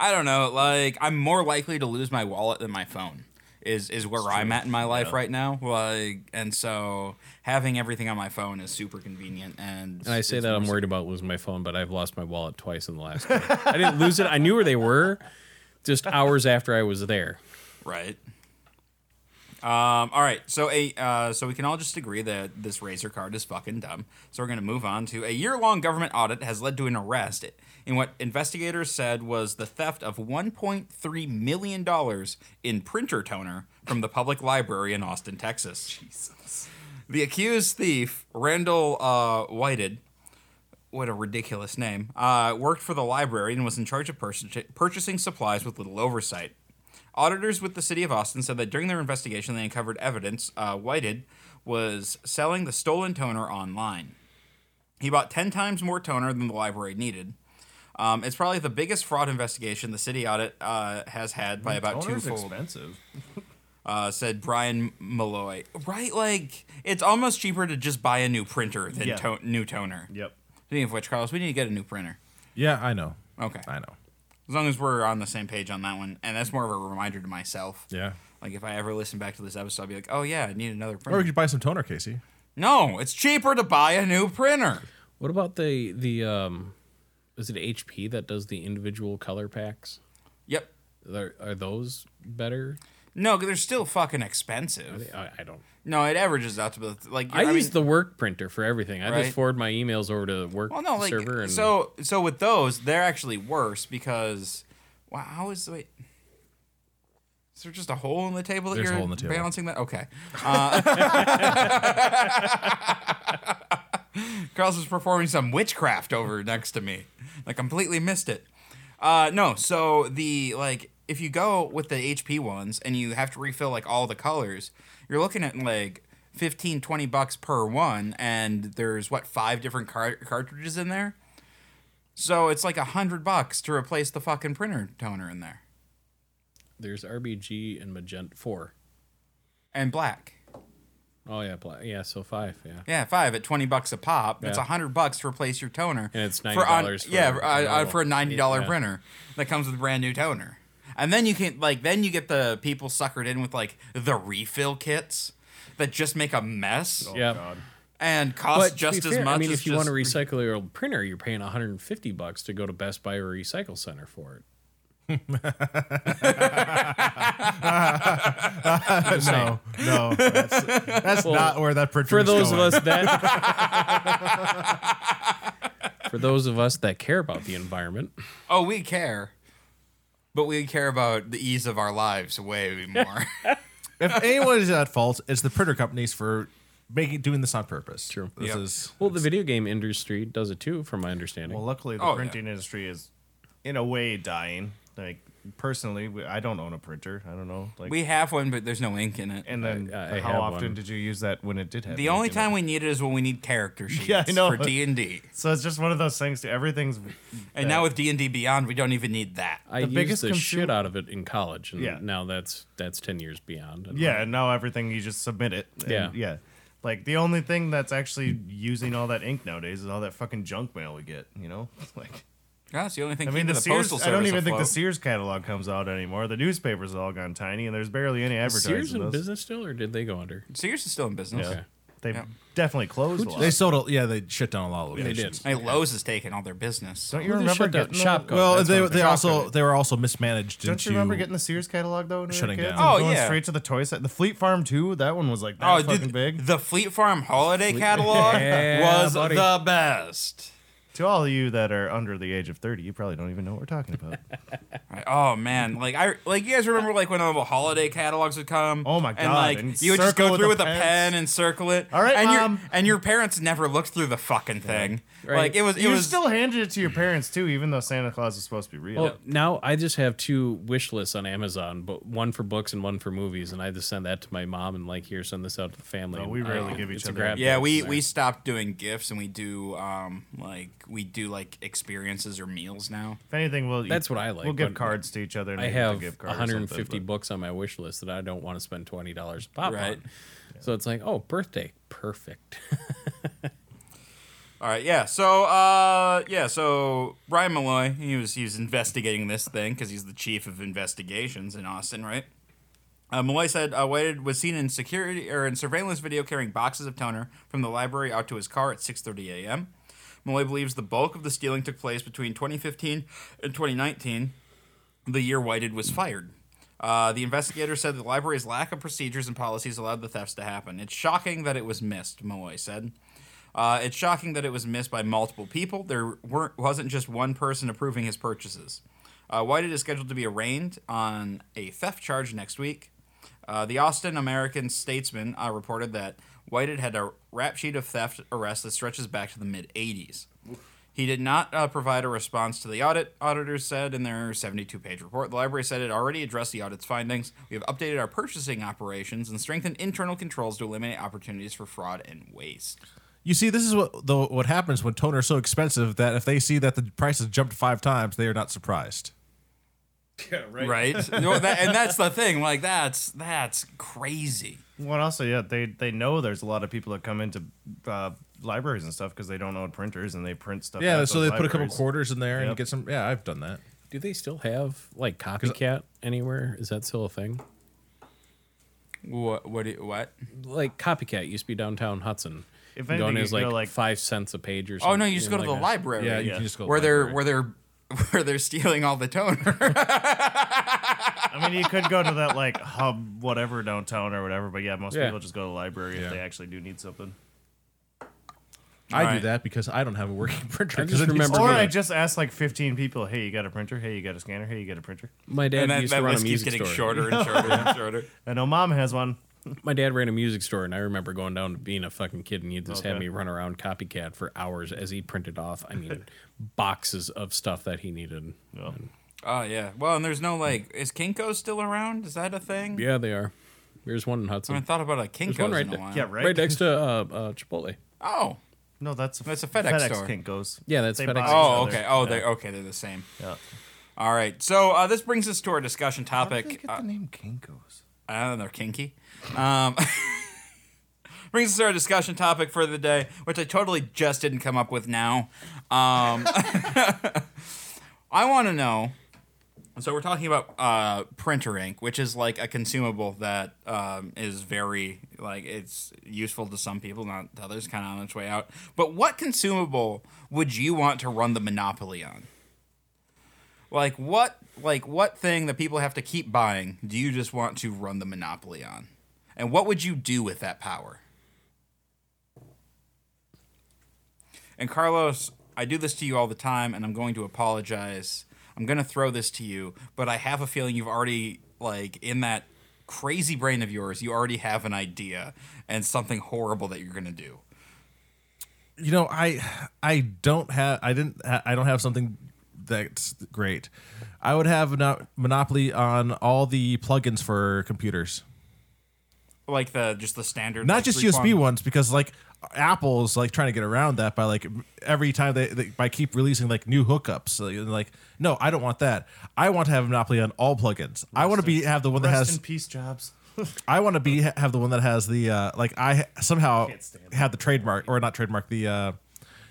S2: I don't know. Like, I'm more likely to lose my wallet than my phone. Is is where I'm at in my life right now. Like, and so having everything on my phone is super convenient. And,
S5: And I say
S2: it's
S5: that I'm
S2: more
S5: worried about losing my phone, but I've lost my wallet twice in the last. Year. I didn't lose it. I knew where they were, just hours after I was there.
S2: Right. Um, all right, so a uh, so we can all just agree that this Razor card is fucking dumb. So we're gonna move on to a year-long government audit has led to an arrest in what investigators said was the theft of 1.3 million dollars in printer toner from the public library in Austin, Texas. Jesus. The accused thief, Randall uh, Whited, what a ridiculous name, uh, worked for the library and was in charge of purs- purchasing supplies with little oversight. Auditors with the city of Austin said that during their investigation, they uncovered evidence uh, Whited was selling the stolen toner online. He bought 10 times more toner than the library needed. Um, it's probably the biggest fraud investigation the city audit uh, has had by about
S4: Toner's
S2: twofold
S4: expensive.
S2: uh, said Brian Malloy. Right, like it's almost cheaper to just buy a new printer than
S4: Yeah.
S2: to- new toner.
S4: Yep.
S2: Speaking of which, Carlos, we need to get a new printer.
S3: yeah, I know.
S2: Okay,
S3: I know.
S2: as long as we're on the same page on that one, and that's more of a reminder to myself.
S3: Yeah.
S2: Like if I ever listen back to this episode, I'll be like, oh yeah, I need another
S3: Or
S2: printer.
S3: we could buy some toner, Casey.
S2: no, it's cheaper to buy a new printer.
S5: What about the the um, is it HP that does the individual color packs?
S2: Yep.
S5: Are, are those better?
S2: No, 'cause they're still fucking expensive.
S5: I, I don't.
S2: No, it averages out to be like
S5: I,
S2: mean-
S5: use the work printer for everything. I
S2: Right.
S5: just forward my emails over to the work
S2: Well, no, like
S5: server. And,
S2: so. So with those, they're actually worse because wow, how is the wait? Is there just a hole in the table that
S3: There's a
S2: you're
S3: hole in the table.
S2: balancing that?
S3: [laughs]
S2: Okay. Uh, [laughs] Carlos was performing some witchcraft over next to me. I completely missed it. Uh, no, so the like if you go with the HP ones and you have to refill like all the colors, you're looking at like 15 20 bucks per one and there's what five different car- cartridges in there. So it's like a 100 bucks to replace the fucking printer toner in there
S5: there's RBG and Magenta four.
S2: and black.
S5: Oh yeah, pla- yeah. So five. Yeah.
S2: Yeah, five at twenty bucks a pop. That's
S5: Yeah.
S2: a hundred bucks to replace your toner.
S5: And it's
S2: on-
S5: $90 for a
S2: yeah, uh, uh,
S5: normal-
S2: for a ninety dollar
S5: Yeah.
S2: printer that comes with a brand new toner. And then you can like then you get the people suckered in with like the refill kits that just make a mess
S5: Yeah.
S2: and cost
S5: to
S2: just
S5: be
S2: as
S5: fair,
S2: much.
S5: I mean,
S2: as
S5: if you
S2: just-
S5: want to recycle your old printer, you're paying 150 bucks to go to Best Buy or Recycle Center for it.
S3: [laughs] no,
S4: No, that's, that's not where that printer
S5: For
S4: is
S5: those of
S4: going.
S5: us that, for those of us that care about the environment,
S2: oh, we care, but we care about the ease of our lives
S5: [laughs]
S2: way more. [laughs]
S3: if anyone is at fault, it's the printer companies for making doing this on purpose. True. This
S2: Yep.
S3: is
S5: well, the video game industry does it too, from my understanding.
S4: Well, luckily, the
S2: Oh, yeah.
S4: printing industry is, in a way, dying. Like personally, we, I don't own a printer. I don't know. Like,
S2: we have one, but there's no ink in it.
S4: and then
S5: I- I
S4: how
S5: have
S4: often
S5: one.
S4: did you use that when it did happen?
S2: the only time we need it is when we need
S5: [laughs]
S2: character sheets
S4: Yeah, I know.
S2: for D and D.
S4: So it's just one of those things. Too. Everything's
S2: And now with D and D Beyond, we don't even need that.
S5: I
S4: the
S5: used
S4: biggest
S5: the
S4: consumer-
S5: shit out of it in college, and
S4: Yeah.
S5: now that's that's 10 years beyond. And
S4: yeah. And now everything you just submit it. And,
S5: Yeah.
S4: yeah. Like the only thing that's actually using all that ink nowadays is all that fucking junk mail we get. You know, [laughs] like
S2: Yeah, that's the only thing.
S4: I mean,
S2: keeping
S4: the,
S2: the,
S4: Sears.
S2: postal service
S4: I don't even think the
S2: afloat.
S4: Sears catalog comes out anymore. The newspapers have all gone tiny, and there's barely any
S5: Is
S4: advertising.
S5: Sears in
S4: those.
S5: business still, or did they go under?
S2: Sears is still in business.
S4: Yeah.
S5: Okay.
S4: They
S2: Yeah.
S4: definitely closed. a lot.
S3: they sold. A, yeah, they shut down a lot of locations.
S2: I mean, Lowe's has taken all their business.
S4: Don't you
S5: Well, they
S4: remember
S5: shut down
S4: getting the-
S5: Shopko.
S3: Well,
S5: That's
S3: they
S5: what I'm
S3: they
S5: thinking.
S3: also they were also mismanaged.
S4: Don't
S3: into,
S4: you remember getting the Sears catalog though? when we were
S3: Shutting
S4: kids?
S3: down.
S4: And
S2: Oh,
S4: going
S2: yeah.
S4: straight to the toy set. The Fleet Farm too. That one was like that
S2: Oh,
S4: fucking
S2: dude,
S4: big.
S2: the Fleet Farm holiday catalog
S5: Yeah,
S2: was
S5: buddy.
S2: the best.
S4: to all of you that are under the age of thirty, you probably don't even know what we're talking
S2: [laughs]
S4: about.
S2: Right. Oh man,
S4: Mm-hmm.
S2: like I like you guys remember like when all the holiday catalogs would come.
S4: Oh, my
S2: And
S4: God,
S2: like
S4: and
S2: you would just
S4: circle
S2: go
S4: with
S2: through
S4: the
S2: with a
S4: pens.
S2: pen and circle it.
S4: All right,
S2: and
S4: Mom.
S2: your and your parents never looked through the fucking thing.
S5: Right.
S2: Like it was it
S4: you
S2: was
S4: still handed it to your parents too, even though Santa Claus is supposed to be real.
S5: Well, now I just have two wish lists on Amazon, but one for books and one for movies, and I just send that to my mom and like, here, send this out to the family.
S4: No,
S5: and,
S4: we
S5: uh,
S4: rarely give
S5: it's
S4: each
S5: a
S4: other
S5: grab
S2: yeah,
S5: bag.
S2: we, we stopped doing gifts and we do um like we do like experiences or meals now.
S4: if anything, we'll
S5: That's what I like,
S4: We'll give
S5: but
S4: cards to each other. And
S5: I
S4: we get the
S5: have
S4: gift card or something,
S5: 150
S4: but-
S5: books on my wish list that I don't want to spend twenty dollars a pop
S2: Right.
S5: on. So it's like, oh, birthday, perfect. [laughs]
S2: All right, yeah. So, uh, yeah. So Brian Malloy, he was he was investigating this thing because he's the chief of investigations in Austin, right? Uh, Malloy said uh, Whited was seen in security or in surveillance video carrying boxes of toner from the library out to his car at 6:30 a.m. Malloy believes the bulk of the stealing took place between 2015 and 2019, the year Whited was fired. Uh, the investigator said the library's lack of procedures and policies allowed the thefts to happen. It's shocking that it was missed, Malloy said. Uh, it's shocking that it was missed by multiple people. There weren't wasn't just one person approving his purchases. Uh, Whited is scheduled to be arraigned on a theft charge next week. Uh, the Austin American Statesman uh, reported that Whited had a rap sheet of theft arrests that stretches back to the mid 80s. He did not uh, provide a response to the audit, auditors said in their 72 page report. The library said it already addressed the audit's findings. We have updated our purchasing operations and strengthened internal controls to eliminate opportunities for fraud and waste.
S3: You see, this is what the, what happens when toner is so expensive that if they see that the price has jumped five times, they are not surprised.
S2: right? [laughs] No, that- and that's the thing. Like that's that's crazy.
S4: Well, also, yeah, they they know there's a lot of people that come into uh, libraries and stuff because they don't own printers and they print stuff.
S3: Yeah,
S4: at
S3: so they
S4: those
S3: put a couple
S4: libraries.
S3: quarters in there and
S4: Yep.
S3: get some. Yeah, I've done that.
S5: Do they still have like copycat anywhere? Is that still a thing?
S2: What? What? do you- What?
S5: Like copycat used to be downtown Hudson.
S4: If
S5: You go
S4: anything,
S5: in, it
S4: you
S5: was
S4: can
S5: like,
S4: go, like-
S5: five cents a page or something.
S2: Oh no! You just go to the
S5: like that.
S2: library.
S3: Yeah, you
S4: yeah.
S3: can just go
S2: Where they're
S3: library.
S2: where they're [laughs] where they're stealing all the toner.
S4: I mean, you could go to that like hub, whatever downtown or whatever. But yeah, most
S5: Yeah.
S4: people just go to the library
S3: Yeah.
S4: if they actually do need something.
S3: I do
S2: Alright.
S3: that because I don't have a working [laughs] printer.
S5: I
S3: 'cause
S5: just
S3: it needs-
S5: remember-
S4: Or
S5: me.
S4: I just ask like 15 people, "Hey, you got a printer? Hey, you got a scanner? Hey, you got a printer?"
S5: My dad
S2: and that,
S5: used
S2: that
S5: to run a
S2: list keeps
S5: music
S2: getting
S5: store.
S2: shorter and shorter and shorter.
S4: I know mom has one.
S5: My dad ran a music store, and I remember going down to being a fucking kid, and he just had
S4: Oh, Okay.
S5: me run around copycat for hours as he printed off. I
S4: [laughs]
S5: mean, boxes of stuff that he needed.
S4: No.
S2: Oh yeah. Well, and there's no like. Is Kinko still around? Is that a thing?
S5: Yeah, they are. There's one in
S2: I
S5: Hudson,
S2: haven't thought about a Kinko's
S5: one right
S2: in a
S5: there.
S2: while.
S4: Yeah, right.
S5: right next to uh, uh, Chipotle.
S2: Oh.
S4: No, that's a,
S2: That's a FedEx store.
S4: Kinkos.
S5: Yeah, that's
S4: They
S5: FedEx.
S4: buy each
S2: Oh
S4: other.
S2: okay. Oh,
S4: Yeah.
S2: they okay. They're the same.
S4: Yeah.
S2: All right. So uh, this brings us to our discussion
S4: How did
S2: topic.
S4: they get
S2: Uh,
S4: the name Kinkos?
S2: I don't know, kinky. Um, [laughs] brings us to our discussion topic for the day, which I totally just didn't come up with now. Um, [laughs] I want to know. So we're talking about uh, printer ink, which is like a consumable that um, is very like it's useful to some people, not to others. Kind of on its way out. But what consumable would you want to run the monopoly on? Like what like what thing that people have to keep buying do you just want to run the monopoly on? And what would you do with that power? And Carlos, I do this to you all the time and I'm going to apologize. I'm going to throw this to you, but I have a feeling you've already like in that crazy brain of yours, you already have an idea and something horrible that you're going to do.
S3: you know i i don't have i didn't i don't have something that's great i would have mono- monopoly on all the plugins for computers
S2: Like the just the standard
S3: not
S2: like,
S3: just
S2: three
S3: usb
S2: prong-
S3: ones because like apple's like trying to get around that by like every time they, they by keep releasing like new hookups so you're like no i don't want that i want to have monopoly on all plugins i want to be have the one that
S4: Rest
S3: has
S4: in peace, Jobs.
S3: I want to be ha- have the one that has the uh, like I ha- somehow
S4: Can't stand
S3: have the trademark or not trademark the uh,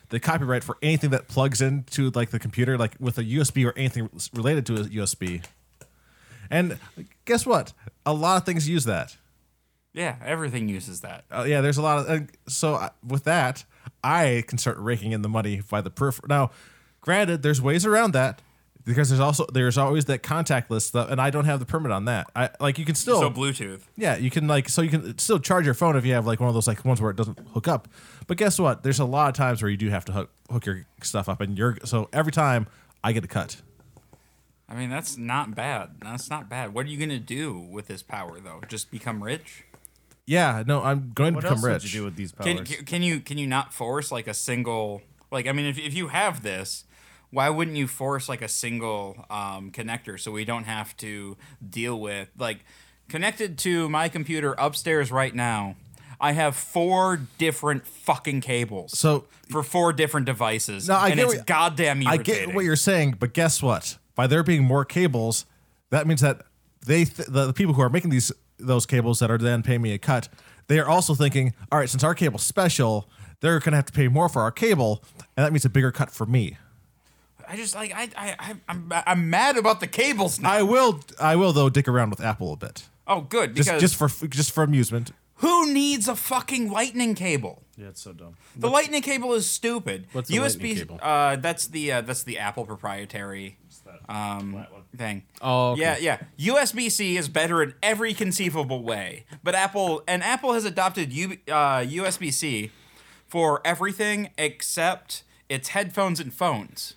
S3: the copyright for anything that plugs into like the computer like with a USB or anything s- related to a USB. And guess what? A lot of things use that.
S2: Yeah, everything uses that.
S3: Uh, yeah, there's a lot of and so I, with that I can start raking in the money by the peripheral. Now, granted, there's ways around that. Because there's also there's always that contactless stuff, and I don't have the permit on that. I like you can still
S2: So Bluetooth.
S3: yeah, you can like so you can still charge your phone if you have like one of those like ones where it doesn't hook up. But guess what? There's a lot of times where you do have to hook hook your stuff up, and you're so every time I get a cut.
S2: I mean, that's not bad. That's not bad. What are you gonna do with this power, though? Just become rich?
S3: Yeah, no, I'm going to
S4: What
S3: become
S4: else
S3: rich.
S4: would you do with these
S2: Can,
S4: powers?
S2: can you can you not force like a single like I mean, if if you have this, why wouldn't you force like a single um, connector so we don't have to deal with like connected to my computer upstairs right now? I have four different fucking cables.
S3: So-
S2: for four different devices,
S3: No, I
S2: and
S3: get
S2: it's
S3: what-
S2: goddamn
S3: I
S2: irritating.
S3: get what you're saying, but guess what? By there being more cables, that means that they th- the, the people who are making these those cables that are then paying me a cut, they are also thinking, all right, since our cable's special, they're going to have to pay more for our cable, and that means a bigger cut for me.
S2: I just like I I I- I'm I'm mad about the cables now.
S3: I will I will though dick around with Apple a bit.
S2: oh, good because
S3: just, just for just for amusement.
S2: Who needs a fucking lightning cable?
S4: yeah, it's so dumb.
S2: The lightning cable is stupid.
S5: what's a lightning cable?
S2: Uh, that's the uh, that's the Apple proprietary um, thing.
S5: Oh, okay.
S2: yeah, yeah. USB C is better in every conceivable way, but Apple and Apple has adopted U, uh, USB C for everything except its headphones and phones.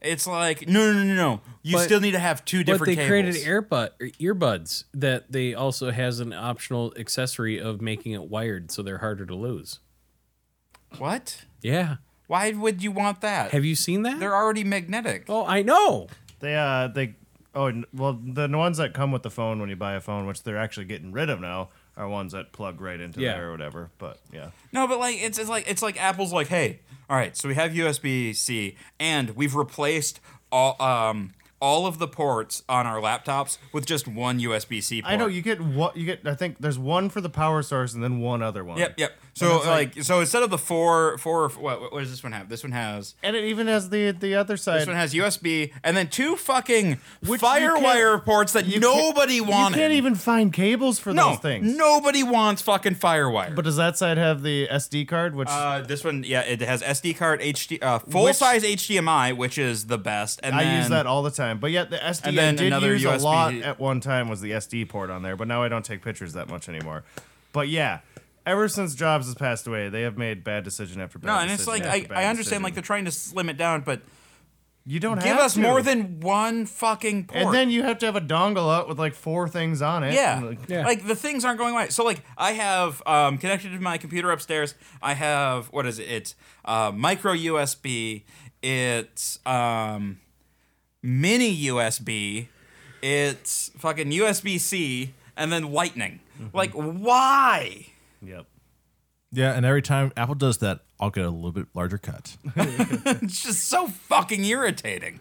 S2: It's like no, no, no, no. You
S5: But-
S2: still need to have two different.
S5: But they
S2: cables.
S5: created earbud or earbuds that they also has an optional accessory of making it wired, so they're harder to lose.
S2: What?
S5: Yeah,
S2: Why would you want that?
S5: have you seen that?
S2: They're already magnetic.
S5: oh, I know.
S4: They uh they oh n- well the ones that come with the phone when you buy a phone, which they're actually getting rid of now, are ones that plug right into
S5: Yeah.
S4: there or whatever. But yeah,
S2: No, but like it's, it's like it's like Apple's like, hey, all right, so we have USB C, and we've replaced all um all of the ports on our laptops with just one USB C port.
S4: I know you get what you get. I think there's one for the power source and then one other one.
S2: Yep, yep. So
S4: it's
S2: like, so instead of the four four what what does this one have? This one has
S4: And it even has the the other side.
S2: this one has USB and then two fucking
S4: Which you
S2: firewire
S4: can't-
S2: ports that
S4: you
S2: nobody
S4: can't,
S2: wanted.
S4: You can't even find cables for
S2: no
S4: those things.
S2: Nobody wants fucking firewire.
S4: But does that side have the SD card? Which
S2: Uh, this one, yeah, it has SD card, HD, uh, full size HDMI, which is the best. And
S4: I
S2: then,
S4: use that all the time. But yet the SD
S2: And
S4: I
S2: then
S4: did
S2: another
S4: use a
S2: USB
S4: lot at one time was the SD port on there, but now I don't take pictures that much anymore. But yeah, ever since Jobs has passed away, they have made bad decision after bad
S2: No,
S4: decision.
S2: and it's like
S4: after
S2: I,
S4: bad
S2: I understand
S4: decision.
S2: like they're trying to slim it down, but
S4: you don't
S2: give
S4: have
S2: us
S4: to.
S2: more than one fucking port.
S4: and then you have to have a dongle out with like four things on it. and,
S2: yeah.
S4: like-
S5: Yeah.
S2: like the things aren't going right. So like I have um, connected to my computer upstairs. I have what is it? It's uh, micro USB. It's um, mini USB. It's fucking USB C, and then Lightning.
S4: Mm-hmm.
S2: Like why?
S4: Yep.
S3: Yeah, and every time Apple does that, I'll get a little bit larger cut.
S2: It's just so fucking irritating.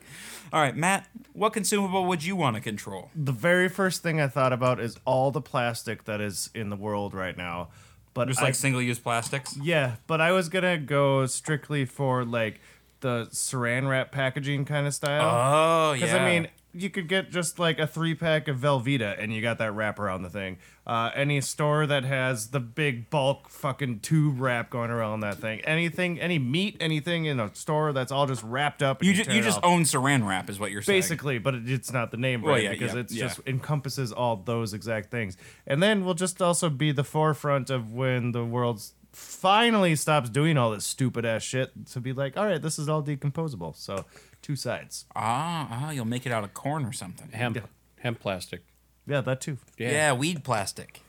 S2: All right, Matt, what consumable would you want to control?
S4: The very first thing I thought about is all the plastic that is in the world right now. But
S2: Just
S4: I-
S2: like single use plastics.
S4: yeah, but I was gonna go strictly for like the saran wrap packaging kind of style.
S2: Oh, yeah.
S4: Because I mean, you could get just like a three pack of Velveeta, and you got that wrap around the thing. Uh, any store that has the big bulk fucking tube wrap going around that thing. Anything, any meat, anything in a store that's all just wrapped up. And
S2: you,
S4: you
S2: ju-
S4: tear
S2: you
S4: it
S2: just
S4: off.
S2: own saran wrap, is what you're saying.
S4: Basically, but it, it's not the name right
S2: Well, yeah,
S4: because
S2: yeah,
S4: it's
S2: yeah.
S4: just encompasses all those exact things. And then we'll just also be the forefront of when the world's finally stops doing all this stupid ass shit to be like, all right, this is all decomposable. So two sides.
S2: Ah, ah, you'll make it out of corn or something.
S5: Hemp, hemp plastic.
S4: Yeah, that too.
S2: Yeah, weed plastic,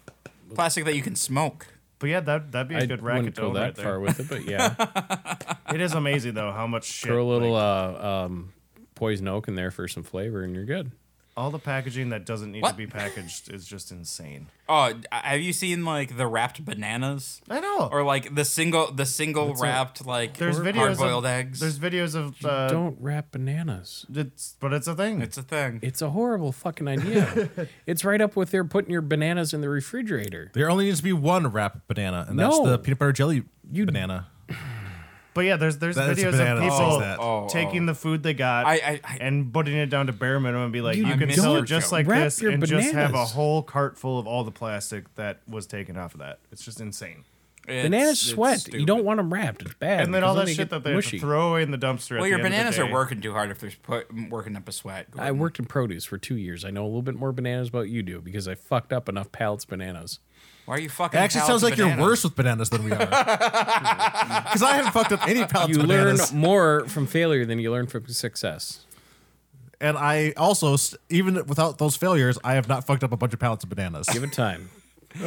S2: plastic that you can smoke.
S4: But yeah, that that'd be a
S5: I
S4: good
S5: wouldn't
S4: racket
S5: go
S4: dome
S5: that
S4: right
S5: far
S4: there.
S5: with it,
S4: [laughs]
S5: but yeah,
S4: It is amazing though how much shit.
S5: throw a little
S4: like,
S5: uh, um, poison oak in there for some flavor, and you're good.
S4: all the packaging that doesn't need
S2: What?
S4: to be packaged is just insane.
S2: Oh, d- have you seen like the wrapped bananas?
S4: I know.
S2: Or like the single, the single wrapped like
S4: there's videos
S2: hard-boiled
S4: of
S2: eggs.
S4: there's videos of uh,
S5: Don't wrap bananas.
S4: it's but it's a thing.
S2: it's a thing.
S5: It's a horrible fucking
S4: [laughs]
S5: idea. it's right up with there putting your bananas in the refrigerator.
S3: There only needs to be one wrap banana, and that's
S5: No.
S3: the peanut butter jelly banana.
S4: But yeah, there's there's
S3: That is a
S4: videos
S3: banana
S4: of
S3: that
S4: people
S3: says that.
S2: Oh, oh.
S4: taking the food they got
S2: I- I- I-
S4: and putting it down to bare minimum and be like,
S5: You
S4: you, can
S2: miss
S4: sell
S2: your
S4: it just
S2: joke.
S4: like
S5: Wrap
S4: this
S5: your
S4: and just have a
S5: bananas.
S4: whole cart full of all the plastic that was taken off of that. It's just insane.
S2: It's-
S5: Bananas
S2: it's
S5: sweat. You
S2: stupid.
S5: don't want them wrapped. It's bad.
S4: And then all that
S5: because
S4: shit
S5: they get
S4: that they have to
S5: mushy.
S4: throw away in the dumpster. at
S2: Well,
S4: the
S2: your
S4: end of the
S2: bananas
S4: day.
S2: are working too hard if they're put, working up a sweat.
S5: I worked in produce for two years. I know a little bit more bananas about you do because I fucked up enough pallets bananas.
S2: Why are you fucking?
S3: It actually sounds
S2: pallets of
S3: like
S2: bananas?
S3: you're worse with bananas than we
S2: [laughs]
S3: are. Because I haven't fucked up any pallets
S5: You
S3: of
S5: learn
S3: bananas,
S5: more from failure than you learn from success.
S3: and I also, s- even without those failures, I have not fucked up a bunch of pallets of bananas.
S5: Give it
S4: [laughs]
S5: time.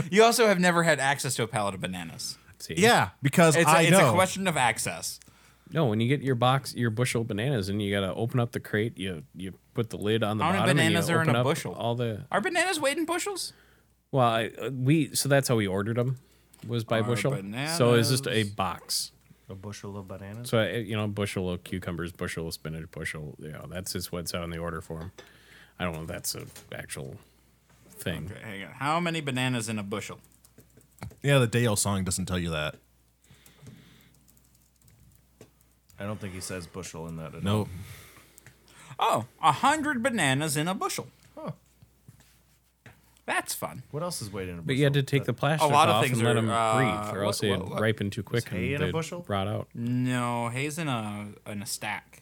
S2: You also have never had access to a pallet of bananas.
S5: See?
S3: Yeah, because
S2: It's,
S3: I
S2: a, it's
S3: know.
S2: a question of access.
S5: No, when you get your box, your bushel of bananas, and you gotta open up the crate, you you put the lid on the
S2: How many
S5: bottom. and you
S2: bananas are in
S5: open
S2: a
S5: up
S2: bushel?
S5: All the
S2: Are bananas weighed in bushels?
S5: well, I, uh, we so that's how we ordered them was by
S2: Are
S5: bushel. So it's just a
S2: bananas-
S5: box.
S4: A bushel of bananas.
S5: So I, you know, bushel of cucumbers, bushel of spinach, bushel. You know, that's just what's out in the order form. I don't know if that's an actual thing.
S2: Okay, hang on. How many bananas in a bushel?
S3: yeah, the Dale song doesn't tell you that.
S4: I don't think he says bushel in that. at all.
S3: Nope.
S2: Oh, a hundred bananas in a bushel. That's fun.
S4: What else is waiting in a bushel?
S5: But you had to take the plastic
S2: A lot of
S5: off
S2: things
S5: and let
S2: are,
S5: them
S2: uh,
S5: breathe, or
S2: what-
S5: else they
S2: what- what-
S5: ripen too quick
S4: hay in
S5: and
S4: a
S5: they
S4: bushel?
S5: rot out.
S2: No, hay's in a in a stack,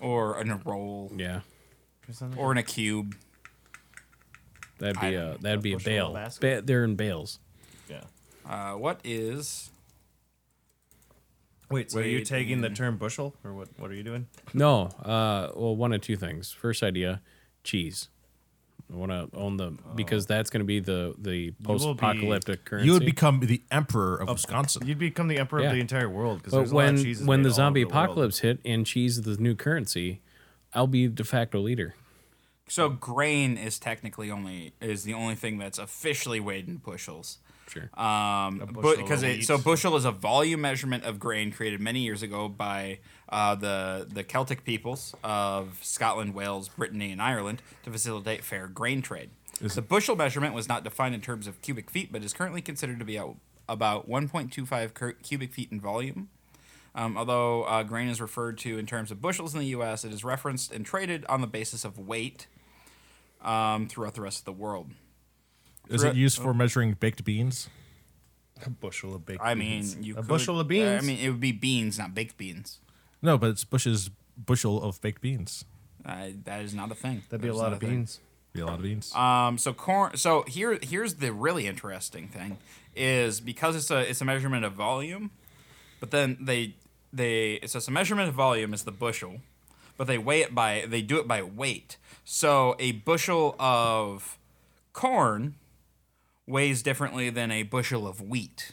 S2: or in a roll,
S5: Yeah,
S2: or in a cube.
S5: that'd
S2: I
S5: be
S2: don't
S5: a that'd be a
S4: bushel in a
S5: bale.
S4: basket?
S5: Ba- they're in bales.
S4: Yeah.
S2: Uh, what is?
S4: Wait, so are you
S2: Wait,
S4: taking the term bushel or what? What are you doing?
S5: No, uh, well, one of two things. First idea, cheese. I want to own the because that's going to be the the post apocalyptic currency.
S3: You would become the emperor of Wisconsin.
S4: You'd become the emperor
S5: Yeah.
S4: of the entire world because
S5: But
S4: there's a lot
S5: when
S4: of cheeses
S5: when
S4: made
S5: the
S4: all
S5: zombie
S4: over world.
S5: apocalypse hit and cheese is the new currency, I'll be de facto leader.
S2: So grain is technically only is the only thing that's officially weighed in bushels.
S5: Sure.
S2: Um,
S4: bushel
S2: because
S4: of
S2: it, so
S4: wheat.
S2: bushel is a volume measurement of grain created many years ago by uh, the the Celtic peoples of Scotland, Wales, Brittany, and Ireland to facilitate fair grain trade. the bushel measurement was not defined in terms of cubic feet, but is currently considered to be out about 1.25 cur- cubic feet in volume. Um, although uh, grain is referred to in terms of bushels in the U.S., it is referenced and traded on the basis of weight um, throughout the rest of the world.
S3: Is it used for measuring baked beans?
S4: A bushel of baked
S2: I mean,
S4: beans.
S2: you
S4: a
S2: could-
S4: bushel of beans.
S2: I mean, it would be beans, not baked beans.
S3: No, but it's Bush's bushel of baked beans.
S2: Uh, that is not a thing.
S4: that'd be a
S2: That is
S4: lot
S2: not
S4: of
S2: thing.
S4: beans.
S3: Be a lot of beans.
S2: Um, so corn. So here, here's the really interesting thing, is because it's a it's a measurement of volume, but then they they so it's a measurement of volume is the bushel, but they weigh it by they do it by weight. So a bushel of corn weighs differently than a bushel of wheat.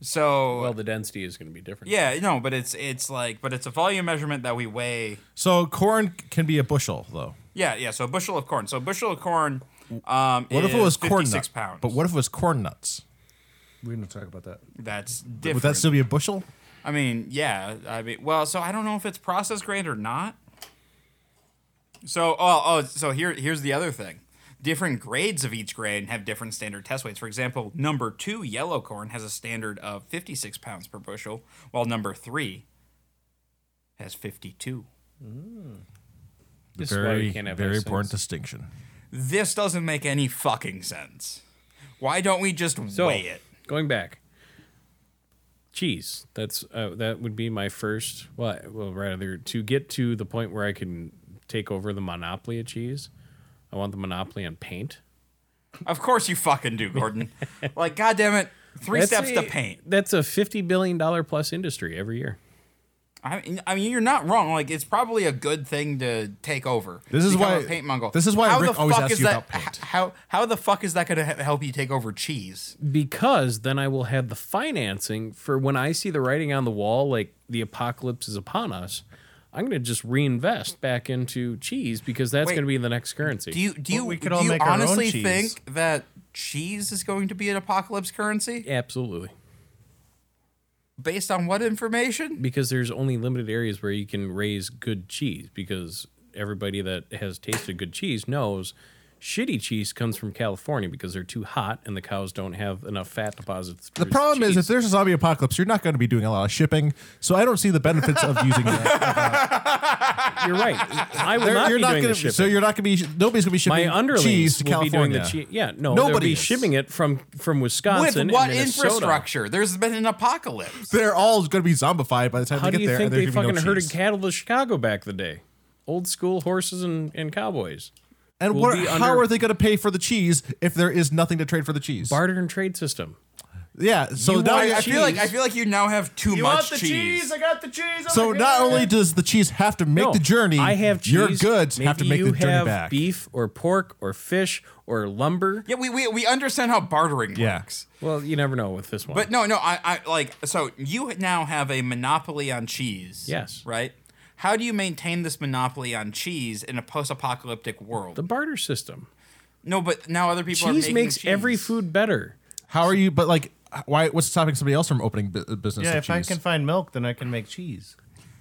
S2: So
S5: well, the density is going to be different.
S2: yeah, no, but it's it's like but it's a volume measurement that we weigh.
S3: so corn can be a bushel, though.
S2: Yeah, yeah. So a bushel of corn. So a bushel of corn. Um,
S3: What if it was corn nuts?
S2: Six pounds.
S3: But what if it was corn nuts?
S4: We didn't talk about that.
S2: That's different.
S3: Would that still be a bushel?
S2: I mean, yeah. I mean, well, so I don't know if it's processed grain or not. So, oh, oh, so here, here's the other thing. different grades of each grade have different standard test weights. For example, number two yellow corn has a standard of 56 pounds per bushel, while number three has 52.
S5: This is why
S3: very
S5: we can't have
S3: very
S5: those
S3: important
S5: things.
S3: distinction.
S2: This doesn't make any fucking sense. Why don't we just
S5: So
S2: weigh it?
S5: going back, cheese. That's uh, that would be my first. Well, I- well, rather to get to the point where I can take over the monopoly of cheese. I want the monopoly on paint.
S2: Of course you fucking
S3: [laughs]
S2: do, Gordon. like, goddamn it, three
S5: That's
S2: steps
S5: a-
S2: to paint.
S5: That's a fifty billion dollar plus industry every year.
S2: I mean, I mean, you're not wrong. Like, it's probably a good thing to take over.
S3: This is
S2: Become
S3: why-
S2: a paint mongo.
S3: this is why
S2: how
S3: Rick
S2: the
S3: always
S2: fuck
S3: asks
S2: is
S3: you
S2: that,
S3: about paint.
S2: h- How how the fuck is that going to help you take over cheese?
S5: because then I will have the financing for when I see the writing on the wall, like the apocalypse is upon us. I'm going to just reinvest back into cheese because that's
S2: Wait.
S5: going to be the next currency.
S2: Do you do you,
S4: we could
S2: do
S4: all
S2: you
S4: make our own
S2: honestly
S4: cheese.
S2: think that cheese is going to be an apocalypse currency
S5: Absolutely,
S2: based on what information?
S5: because there's only limited areas where you can raise good cheese. Because everybody that has tasted good cheese knows shitty cheese comes from California because they're too hot and the cows don't have enough fat deposits. to
S3: The
S5: produce
S3: problem is,
S5: cheese.
S3: if there's a zombie apocalypse, you're not going to be doing a lot of shipping. So I don't see the benefits of using
S5: [laughs]
S3: that.
S5: you're
S3: [laughs]
S5: right. I will
S3: There-
S5: not
S3: you're
S5: be
S3: not
S5: doing
S3: gonna,
S5: the shipping.
S3: so you're not going to be. Nobody's going to be shipping
S5: my underlings
S3: cheese to
S5: will
S3: California.
S5: be doing the cheese. Yeah, no,
S3: Nobody
S5: nobody be
S3: is.
S5: shipping it from from
S2: With
S5: Wisconsin.
S2: what
S5: and Minnesota.
S2: infrastructure? There's been an apocalypse.
S3: They're all going to be zombified by the time
S5: How
S3: they
S5: do
S3: get
S5: you
S3: there.
S5: think
S3: and there's
S5: they
S3: gonna be
S5: fucking
S3: no
S5: herded
S3: cheese.
S5: cattle to Chicago back in the day? Old school horses and, and cowboys.
S3: And
S5: will
S3: what,
S5: be
S3: how
S5: under-
S3: are they going to pay for the cheese if there is nothing to trade for the cheese?
S5: Barter and trade system.
S3: yeah. So
S5: You
S3: now
S5: want-
S3: you
S2: I
S3: have
S2: feel like I
S3: cheese.
S2: feel like you now have too
S4: You want
S2: much
S4: the cheese. I got the cheese. Oh
S3: So
S4: my
S3: not
S4: God.
S3: only does the cheese have to make
S5: No,
S3: the journey,
S5: I have cheese.
S3: your goods
S5: Maybe
S3: have to make
S5: you
S3: the journey
S5: have
S3: back.
S5: Beef or pork or fish or lumber.
S2: Yeah, we, we we understand how bartering
S3: Yeah.
S2: works.
S5: Well, you never know with this one.
S2: But no, no, I, I like so you now have a monopoly on cheese.
S5: Yes.
S2: Right? How do you maintain this monopoly on cheese in a post-apocalyptic world?
S5: the barter system.
S2: no, but now other people are
S5: Cheese
S2: making
S5: makes
S2: cheese.
S5: every food better.
S3: How are you? But like, why? What's stopping somebody else from opening bu- a business?
S4: yeah,
S3: of
S4: if I
S3: cheese?
S4: can find milk, then I can make cheese.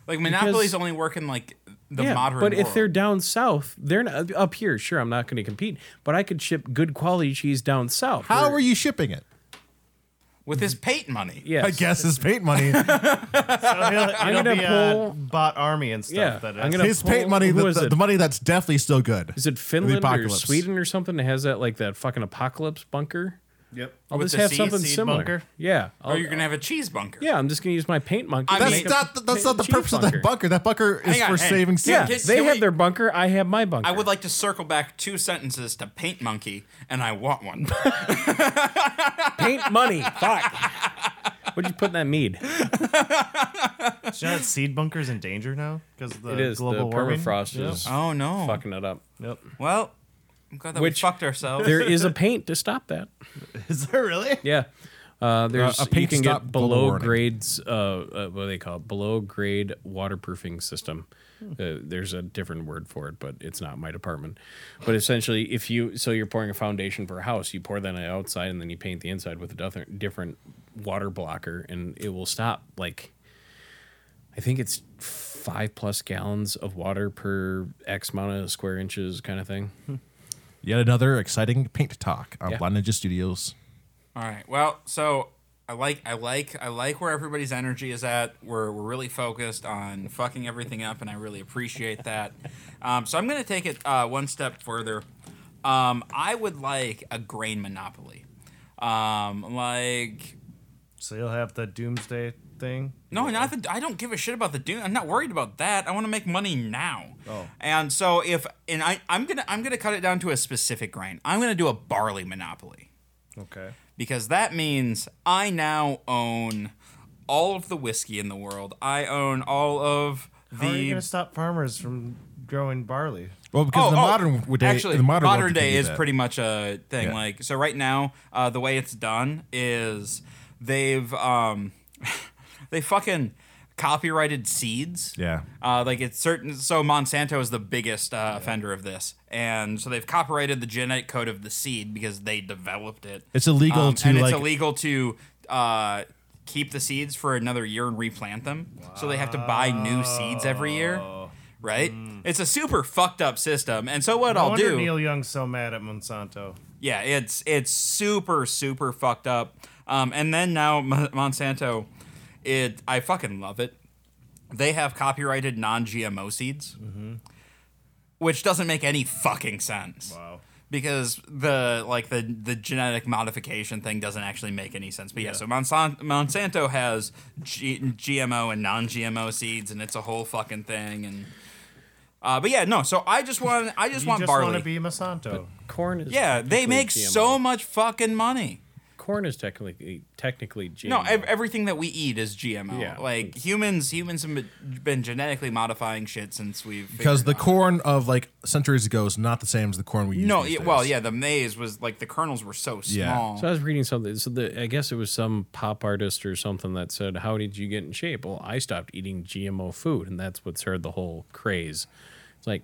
S2: Like monopolies
S5: Because-
S2: only work in like the
S5: yeah,
S2: modern
S5: but
S2: world.
S5: if they're down south, they're not up here. Sure, I'm not going to compete, but I could ship good quality cheese down south.
S3: how
S5: where-
S3: are you shipping it?
S2: with this paint money.
S5: Yes.
S3: I guess his paint
S2: [laughs]
S3: money.
S4: [laughs] I feel like
S5: I'm
S4: it'll
S5: gonna
S4: be
S5: pull-
S4: a bot army and stuff.
S5: Yeah,
S4: that
S5: I'm
S4: has-
S5: gonna-
S3: his paint money.
S5: Who
S3: The,
S5: is
S3: the,
S5: it?
S3: the money that's definitely still good.
S5: Is it Finland or
S3: apocalypse.
S5: Sweden or something that has that like that fucking apocalypse bunker?
S4: Yep.
S5: I'll
S2: With
S5: just
S2: the
S5: have
S2: seed-
S5: something
S4: seed
S5: similar.
S4: bunker?
S5: Yeah.
S2: Or
S5: I'll,
S2: you're gonna have a cheese bunker.
S5: yeah, I'm just gonna use my paint monkey.
S2: I
S5: to
S2: mean-
S5: make
S3: That's
S5: a
S3: not. the- That's
S5: pa-
S3: not the
S5: cheese
S3: purpose of that bunker. That bunker is
S2: Hang on,
S3: for
S2: hey,
S3: saving.
S5: Yeah,
S2: Can-
S5: they
S2: can
S5: have
S2: we-
S5: their bunker. I have my bunker.
S2: I would like to circle back two sentences to paint monkey, and I
S5: [laughs]
S2: want one.
S5: paint money. Fuck. What'd you put in that mead?
S4: Is that seed bunkers in danger now because of the
S5: It is
S4: global
S5: the
S4: warming?
S5: permafrost is
S2: oh no!
S5: fucking it up.
S4: Yep.
S2: Well, I'm glad that
S5: Which-
S2: we fucked ourselves.
S5: There is
S4: [laughs]
S5: a paint to stop that.
S4: [laughs] Is there really?
S5: Yeah. Uh, there's
S3: a
S5: you
S3: paint
S5: can
S3: stop
S5: get
S3: global
S5: below
S3: warming.
S5: grades. Uh, uh, what do they call it? Below grade waterproofing system. Uh, there's a different word for it, but it's not my department. But essentially, if you so you're pouring a foundation for a house, you pour that on the outside, and then you paint the inside with a dother- different water blocker, and it will stop like I think it's five plus gallons of water per X amount of square inches, kind of thing.
S3: Yet another exciting paint talk on
S5: Yeah.
S3: Blind Ninja Studios.
S2: All right. Well, so I like I like I like where everybody's energy is at. We're we're really focused on fucking everything up, and I really appreciate that. [laughs] Um, so I'm gonna take it uh, one step further. Um, I would like a grain monopoly, um, like
S4: So you'll have the doomsday thing.
S2: No, not the, I don't give a shit about the Dune. I'm not worried about that. I want to make money now. Oh. And so if and I I'm gonna I'm gonna cut it down to a specific grain. I'm gonna do a barley monopoly
S4: Okay.
S2: because that means I now own all of the whiskey in the world. I own all of the
S4: How are you gonna stop farmers from growing barley?
S3: Well, because in the
S2: Oh, oh,
S3: modern day,
S2: actually,
S3: in the modern, world,
S2: modern
S3: you can
S2: day
S3: do
S2: is
S3: that.
S2: pretty much a thing.
S3: Yeah.
S2: Like so, right now, uh, the way it's done is they've um, [laughs] they fucking copyrighted seeds.
S3: Yeah.
S2: Uh, like it's certain. So Monsanto is the biggest uh, offender of this, and so they've copyrighted the genetic code of the seed because they developed it.
S3: It's illegal
S2: Um,
S3: to
S2: and
S3: like.
S2: it's illegal to. Uh, Keep the seeds for another year and replant them, so they have to buy new seeds every year. right? It's a super fucked up system. And so what
S4: Hmm. No
S2: I'll
S4: wonder
S2: do
S4: Neil Young's so mad at Monsanto.
S2: yeah, it's it's super super fucked up. Um, and then now Mon- Monsanto, it I fucking love it. They have copyrighted non-GMO seeds,
S4: Mm-hmm.
S2: which doesn't make any fucking sense.
S4: Wow.
S2: Because the like the the genetic modification thing doesn't actually make any sense. But yeah, so Monsanto, Monsanto has G- GMO and non-GMO seeds, and it's a whole fucking thing. And uh, but yeah, no. So I just want I just
S4: You
S2: want
S4: just
S2: barley.
S4: want to be Monsanto.
S5: Corn is
S2: Yeah, they
S5: technically
S2: make
S5: GMO.
S2: so much fucking money.
S5: corn is technically technically GMO.
S2: No, ev- everything that we eat is GMO.
S5: Yeah.
S2: Like humans, humans have been- been genetically modifying shit since we've
S3: because the
S2: figured it out.
S3: corn of like centuries ago is not the same as the corn we use.
S2: No,
S3: these
S2: yeah,
S3: days.
S2: well, yeah, the maize was like the kernels were so
S3: Yeah.
S2: small.
S5: So I was reading something. So the, I guess it was some pop artist or something that said, "How did you get in shape?" Well, I stopped eating GMO food, and that's what started the whole craze. It's like,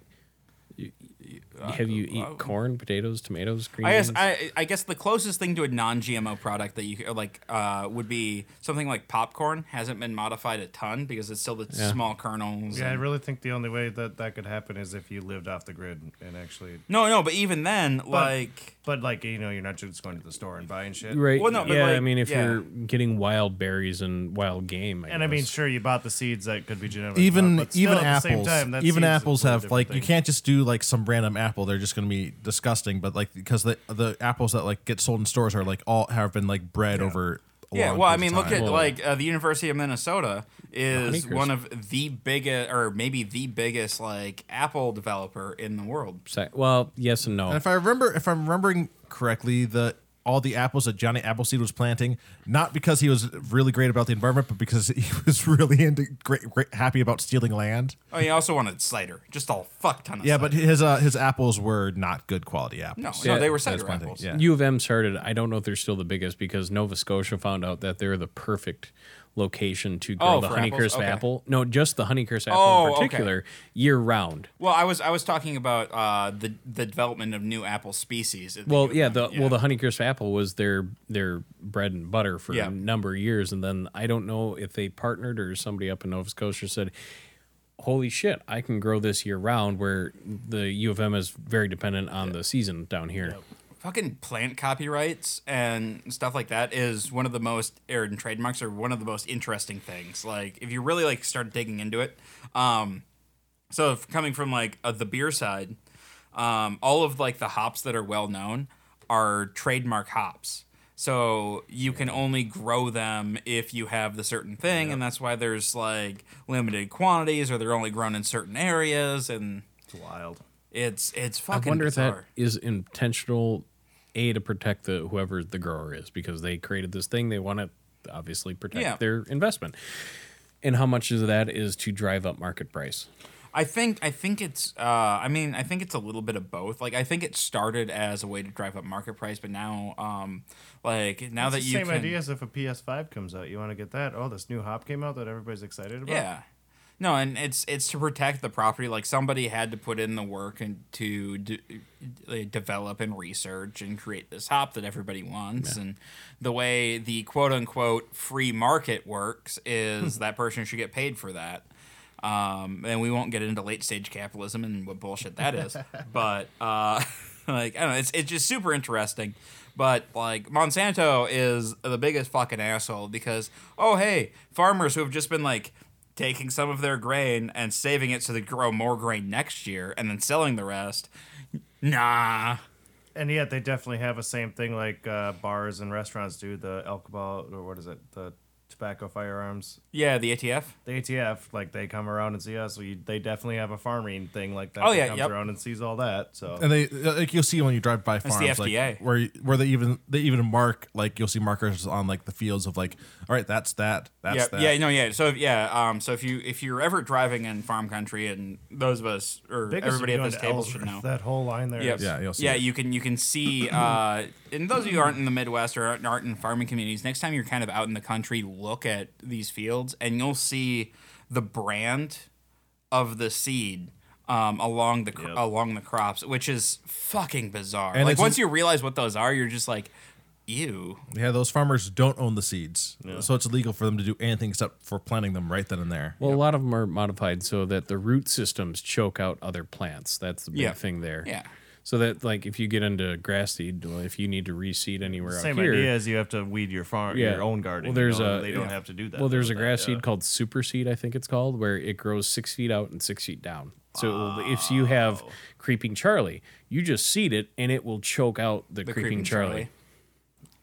S5: y- y- have you eat corn, potatoes, tomatoes, green?
S2: Uh, I guess
S5: beans?
S2: I, I guess the closest thing to a non-GMO product that you like uh, would be something like popcorn hasn't been modified a ton because it's still the small kernels.
S4: Yeah, I
S2: and-
S4: really think the only way that that could happen is if you lived off the grid and actually.
S2: no, no, but even then, like
S4: But like you know, you're not just going to the store and buying shit.
S5: right?
S2: Well, no, but
S5: yeah, I
S2: like-
S5: mean, if
S2: yeah.
S5: you're getting wild berries and wild game, I
S4: And I mean,
S5: guess.
S4: sure, you bought the seeds that could be genetic.
S3: even
S4: but still,
S3: even
S4: at the same
S3: apples
S4: time, that
S3: even
S4: seeds is a
S3: apples
S4: totally
S3: have
S4: different
S3: like you
S4: thing.
S3: can't just do like some random apple they're just going to be disgusting but like because the the apples that like get sold in stores are like all have been like bred over a
S2: Yeah,
S3: long
S2: well, I
S3: period
S2: mean,
S3: of
S2: look
S3: time.
S2: at like uh, the University of Minnesota is
S5: Honeycrisp.
S2: one of the biggest, or maybe the biggest, like Apple developer in the world.
S5: Sci- well, yes and no.
S3: And if I remember, if I'm remembering correctly, the all the apples that Johnny Appleseed was planting, not because he was really great about the environment, but because he [laughs] was really into great, great happy about stealing land.
S2: Oh, you also wanted cider, just a fuck ton of
S3: Yeah,
S2: cider.
S3: but his uh, his apples were not good quality
S2: no,
S3: apples.
S2: no,
S5: Yeah,
S2: they were
S3: That's
S2: cider
S3: one thing,
S2: apples.
S3: yeah.
S5: U of M started. I don't know if they're still the biggest because Nova Scotia found out that they're the perfect location to grow
S2: Oh,
S5: the
S2: for apples?
S5: Honeycrisp
S2: Okay.
S5: apple. No, just the Honeycrisp apple
S2: Oh,
S5: in
S2: okay.
S5: particular, year round.
S2: Well, I was I was talking about uh, the the development of new apple species. at the U
S5: Well,
S2: of
S5: yeah,
S2: M,
S5: the well the Honeycrisp apple was their their bread and butter for
S2: Yeah.
S5: a number of years, and then I don't know if they partnered or somebody up in Nova Scotia said. Holy shit! I can grow this year round, where the U of M is very dependent on the season down here.
S2: fucking plant copyrights and stuff like that is one of the most or in trademarks are one of the most interesting things like if you really like start digging into it um so if coming from like uh, the beer side um all of like the hops that are well known are trademark hops so you can only grow them if you have the certain thing and that's why there's like limited quantities or they're only grown in certain areas and
S4: It's wild.
S2: it's it's
S5: I
S2: fucking
S5: wonder
S2: bizarre.
S5: if that is intentional, a to protect the whoever the grower is because they created this thing. They want to obviously protect
S2: Yeah.
S5: their investment, and how much of that is to drive up market price.
S2: I think I think it's uh, I mean I think it's a little bit of both. Like I think it started as a way to drive up market price, but now um, like now
S4: It's
S2: that
S4: the
S2: you
S4: same
S2: can,
S4: idea as if a PS5 comes out, you want to get that. Oh, this new hop came out that everybody's excited about.
S2: yeah, no, and it's it's to protect the property. Like somebody had to put in the work and to d- like, develop and research and create this hop that everybody wants. And the way the quote unquote free market works is that person should get paid for that. Um, and we won't get into late stage capitalism and what bullshit that
S4: [laughs]
S2: is. but uh, [laughs] like I don't know, it's it's just super interesting. But like Monsanto is the biggest fucking asshole because oh hey, farmers who have just been like taking some of their grain and saving it so they grow more grain next year and then selling the rest. Nah.
S4: And yet they definitely have a same thing like uh, bars and restaurants do. The alcohol or what is it? The tobacco firearms.
S2: Yeah, the ATF.
S4: The ATF, like they come around and see us. We, they definitely have a farming thing like that.
S2: Oh,
S4: that
S2: yeah,
S4: comes
S2: yep.
S4: around and sees all that. So
S3: And they uh, like you'll see when you drive by farms,
S2: the FDA.
S3: like where you- where they even they even mark like you'll see markers on like the fields of like, all right, that's that, that's
S2: yeah,
S3: that.
S2: yeah, no, yeah. So yeah, um, so if you if you're ever driving in farm country, and those of us or
S4: Biggest
S2: everybody
S4: if
S2: at
S4: you go
S2: this
S4: into
S2: table should
S4: Ellsworth,
S2: know.
S4: that whole line there.
S2: Yep.
S4: is-
S3: Yeah, you'll see
S2: yeah,
S3: it.
S2: you can you
S3: [clears throat]
S2: can see. Uh, and those of you who aren't in the Midwest or aren't, aren't in farming communities, next time you're kind of out in the country, look at these fields, and you'll see the brand of the seed. Um, along the cr- along the crops, which is fucking bizarre.
S3: And
S2: like
S3: it's
S2: once
S3: an-
S2: you realize what those are, you're just like, Ew.
S3: Yeah, those farmers don't own the seeds, so it's illegal for them to do anything except for planting them right then and there.
S5: Well, a lot of them are modified so that the root systems choke out other plants. That's the big
S2: Yeah.
S5: thing there.
S2: Yeah.
S5: So that, like, if you get into grass seed, well, if you need to reseed anywhere
S4: Same
S5: out here,
S4: idea as you have to weed your farm,
S5: Yeah.
S4: your own garden.
S5: Well, there's
S4: you know,
S5: a-
S4: they don't
S5: yeah.
S4: have to do that.
S5: well, there's a
S4: But,
S5: grass
S4: yeah.
S5: seed called super seed, I think it's called, where it grows six feet out and six feet down. So it will- if you have creeping Charlie, you just seed it and it will choke out the,
S2: The
S5: creeping, Charlie.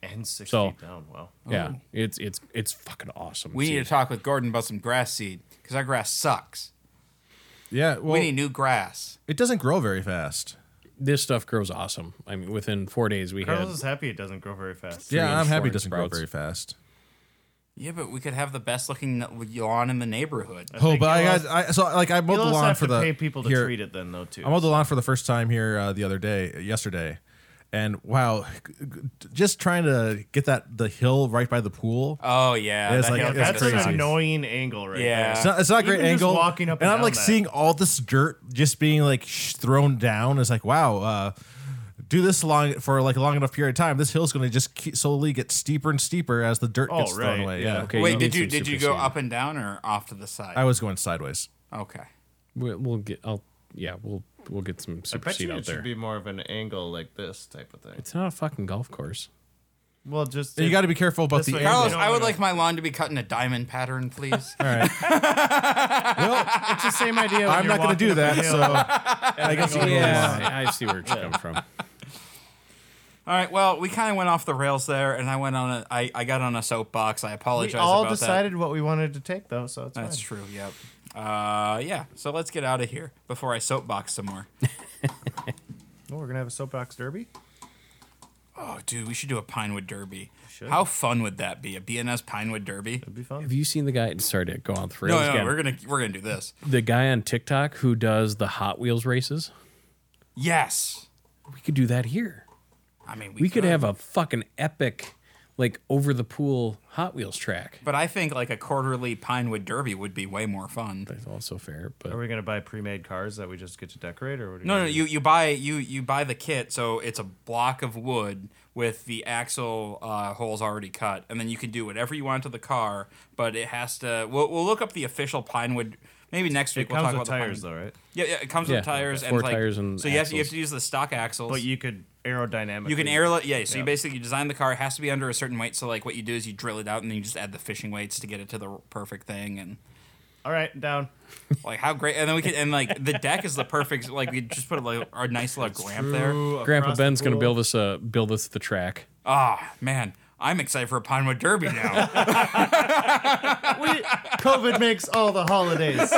S4: and six
S5: So-
S4: feet down. Wow.
S5: Yeah, it's it's it's fucking awesome.
S2: We need
S5: seed.
S2: to talk with Gordon about some grass seed because our grass sucks.
S3: Yeah, well,
S2: we need new grass.
S3: it doesn't grow very fast.
S5: this stuff grows awesome. I mean, within four days we
S4: Carlos
S5: had
S4: is happy it doesn't grow very fast.
S3: Yeah,
S5: inch
S3: I'm happy it
S5: four-inch
S3: doesn't
S5: sprouts.
S3: grow very fast.
S2: Yeah, but we could have the best looking lawn in the neighborhood.
S3: Oh,
S4: think
S3: but I
S4: you'll
S3: got I, so like I mowed
S4: You'll
S3: the
S4: also
S3: lawn
S4: have
S3: for
S4: to
S3: the
S4: pay people to
S3: here-
S4: treat it then, though, too.
S3: I mowed the lawn for the first time here uh, the other day, yesterday, and wow, g- g- just trying to get that the hill right by the pool.
S2: Oh yeah,
S3: Yeah, it's
S2: that
S3: like-
S2: hill
S4: Yeah,
S3: it's
S2: kinda
S4: that's
S2: sucks.
S4: an annoying angle, right?
S2: Yeah.
S4: there.
S3: It's not, it's not a
S4: Even
S3: great
S4: just
S3: angle.
S4: walking up
S3: and,
S4: and
S3: I'm like
S4: down that.
S3: seeing all this dirt just being like sh- thrown down. It's like wow, uh, do this long for like a long enough period of time. This hill's going to just keep, slowly get steeper and steeper as the dirt
S4: Oh,
S3: gets thrown
S4: right,
S3: away.
S4: yeah.
S3: Yeah.
S5: Okay,
S2: Wait,
S5: you
S2: did
S5: need
S2: you
S5: some
S2: did you
S5: super
S2: go
S5: seed.
S2: up and down or off to the side?
S3: I was going sideways.
S2: okay.
S5: We- We'll get. I'll. Yeah, we'll we'll get some
S4: I
S5: super
S4: bet
S5: seed
S4: you
S5: out
S4: it should
S5: there.
S4: be more of an angle like this type of thing.
S5: It's not a fucking golf course.
S4: Well, just
S3: You got to be careful about
S4: This
S3: the
S4: way-
S3: angle.
S2: Carlos,
S4: don't
S2: I would
S4: wanna-
S2: like my lawn to be cut in a diamond pattern, please.
S3: [laughs] All right.
S4: It's the same idea.
S3: I'm not going to do that. So I guess you can move on.
S5: I I see where it's come from.
S2: All right. Well, we kind of went off the rails there, and I went on a. I, I got on a soapbox. I apologize.
S4: We all
S2: about
S4: decided what we wanted to take, though, so it's
S2: That. That's
S4: fine.
S2: true. Yep. Uh, yeah. So let's get out of here before I soapbox
S3: [laughs]
S2: some more.
S4: Well, we're gonna have a soapbox derby.
S2: oh, dude, we should do a Pinewood Derby.
S4: should.
S2: How fun would that be? A BNS Pinewood Derby.
S4: It'd be fun.
S5: Have you seen the guy? Sorry to go on the rails
S2: No, no,
S5: again.
S2: we're gonna we're gonna do this.
S5: the guy on TikTok who does the Hot Wheels races.
S2: Yes.
S5: We could do that here.
S2: I mean, we,
S5: We could have a fucking epic, like over the pool Hot Wheels track.
S2: But I think like a quarterly Pinewood Derby would be way more fun.
S5: That's also fair,
S4: Are
S5: but
S4: we gonna buy pre-made cars that we just get to decorate, or what are
S2: No, no,
S4: gonna
S2: you you buy you you buy the kit, so it's a block of wood with the axle uh, holes already cut, and then you can do whatever you want to the car. But it has to. We'll, we'll look up the official Pinewood. Maybe next
S4: do?
S2: week
S4: It
S2: we'll
S4: comes
S2: talk
S4: with
S2: about
S4: tires,
S2: the
S4: though, right?
S2: though. Yeah, yeah, it comes
S5: Yeah,
S2: with tires and
S5: four
S2: like
S5: tires and
S2: so you have, to, you have
S5: axles.
S2: to use the stock axles.
S4: But you could aerodynamic.
S2: You can air, yeah. So you
S4: Yeah.
S2: basically you design the car it has to be under a certain weight. So like what you do is you drill it out and then you just add the fishing weights to get it to the perfect thing. And
S4: All right, down.
S2: like how great! And then we can and like the deck is the perfect. Like we just put like our nice little ramp there.
S4: Ooh,
S5: Grandpa
S4: across the
S5: Ben's gonna
S4: pool.
S5: build us a build us the track.
S2: Ah, man, I'm excited for a Pinewood Derby now.
S4: We- COVID makes all the
S2: [laughs]
S4: holidays.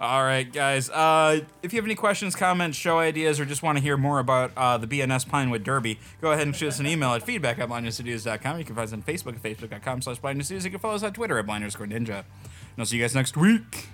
S2: All right, guys. Uh, if you have any questions, comments, show ideas, or just want to hear more about uh, the BNS Pinewood Derby, go ahead and shoot us an email at feedback at blindnewstudios.com. You can find us on Facebook at facebook.com slash blindnewstudios. You can follow us on Twitter at blinderscoreninja. And I'll see you guys next week.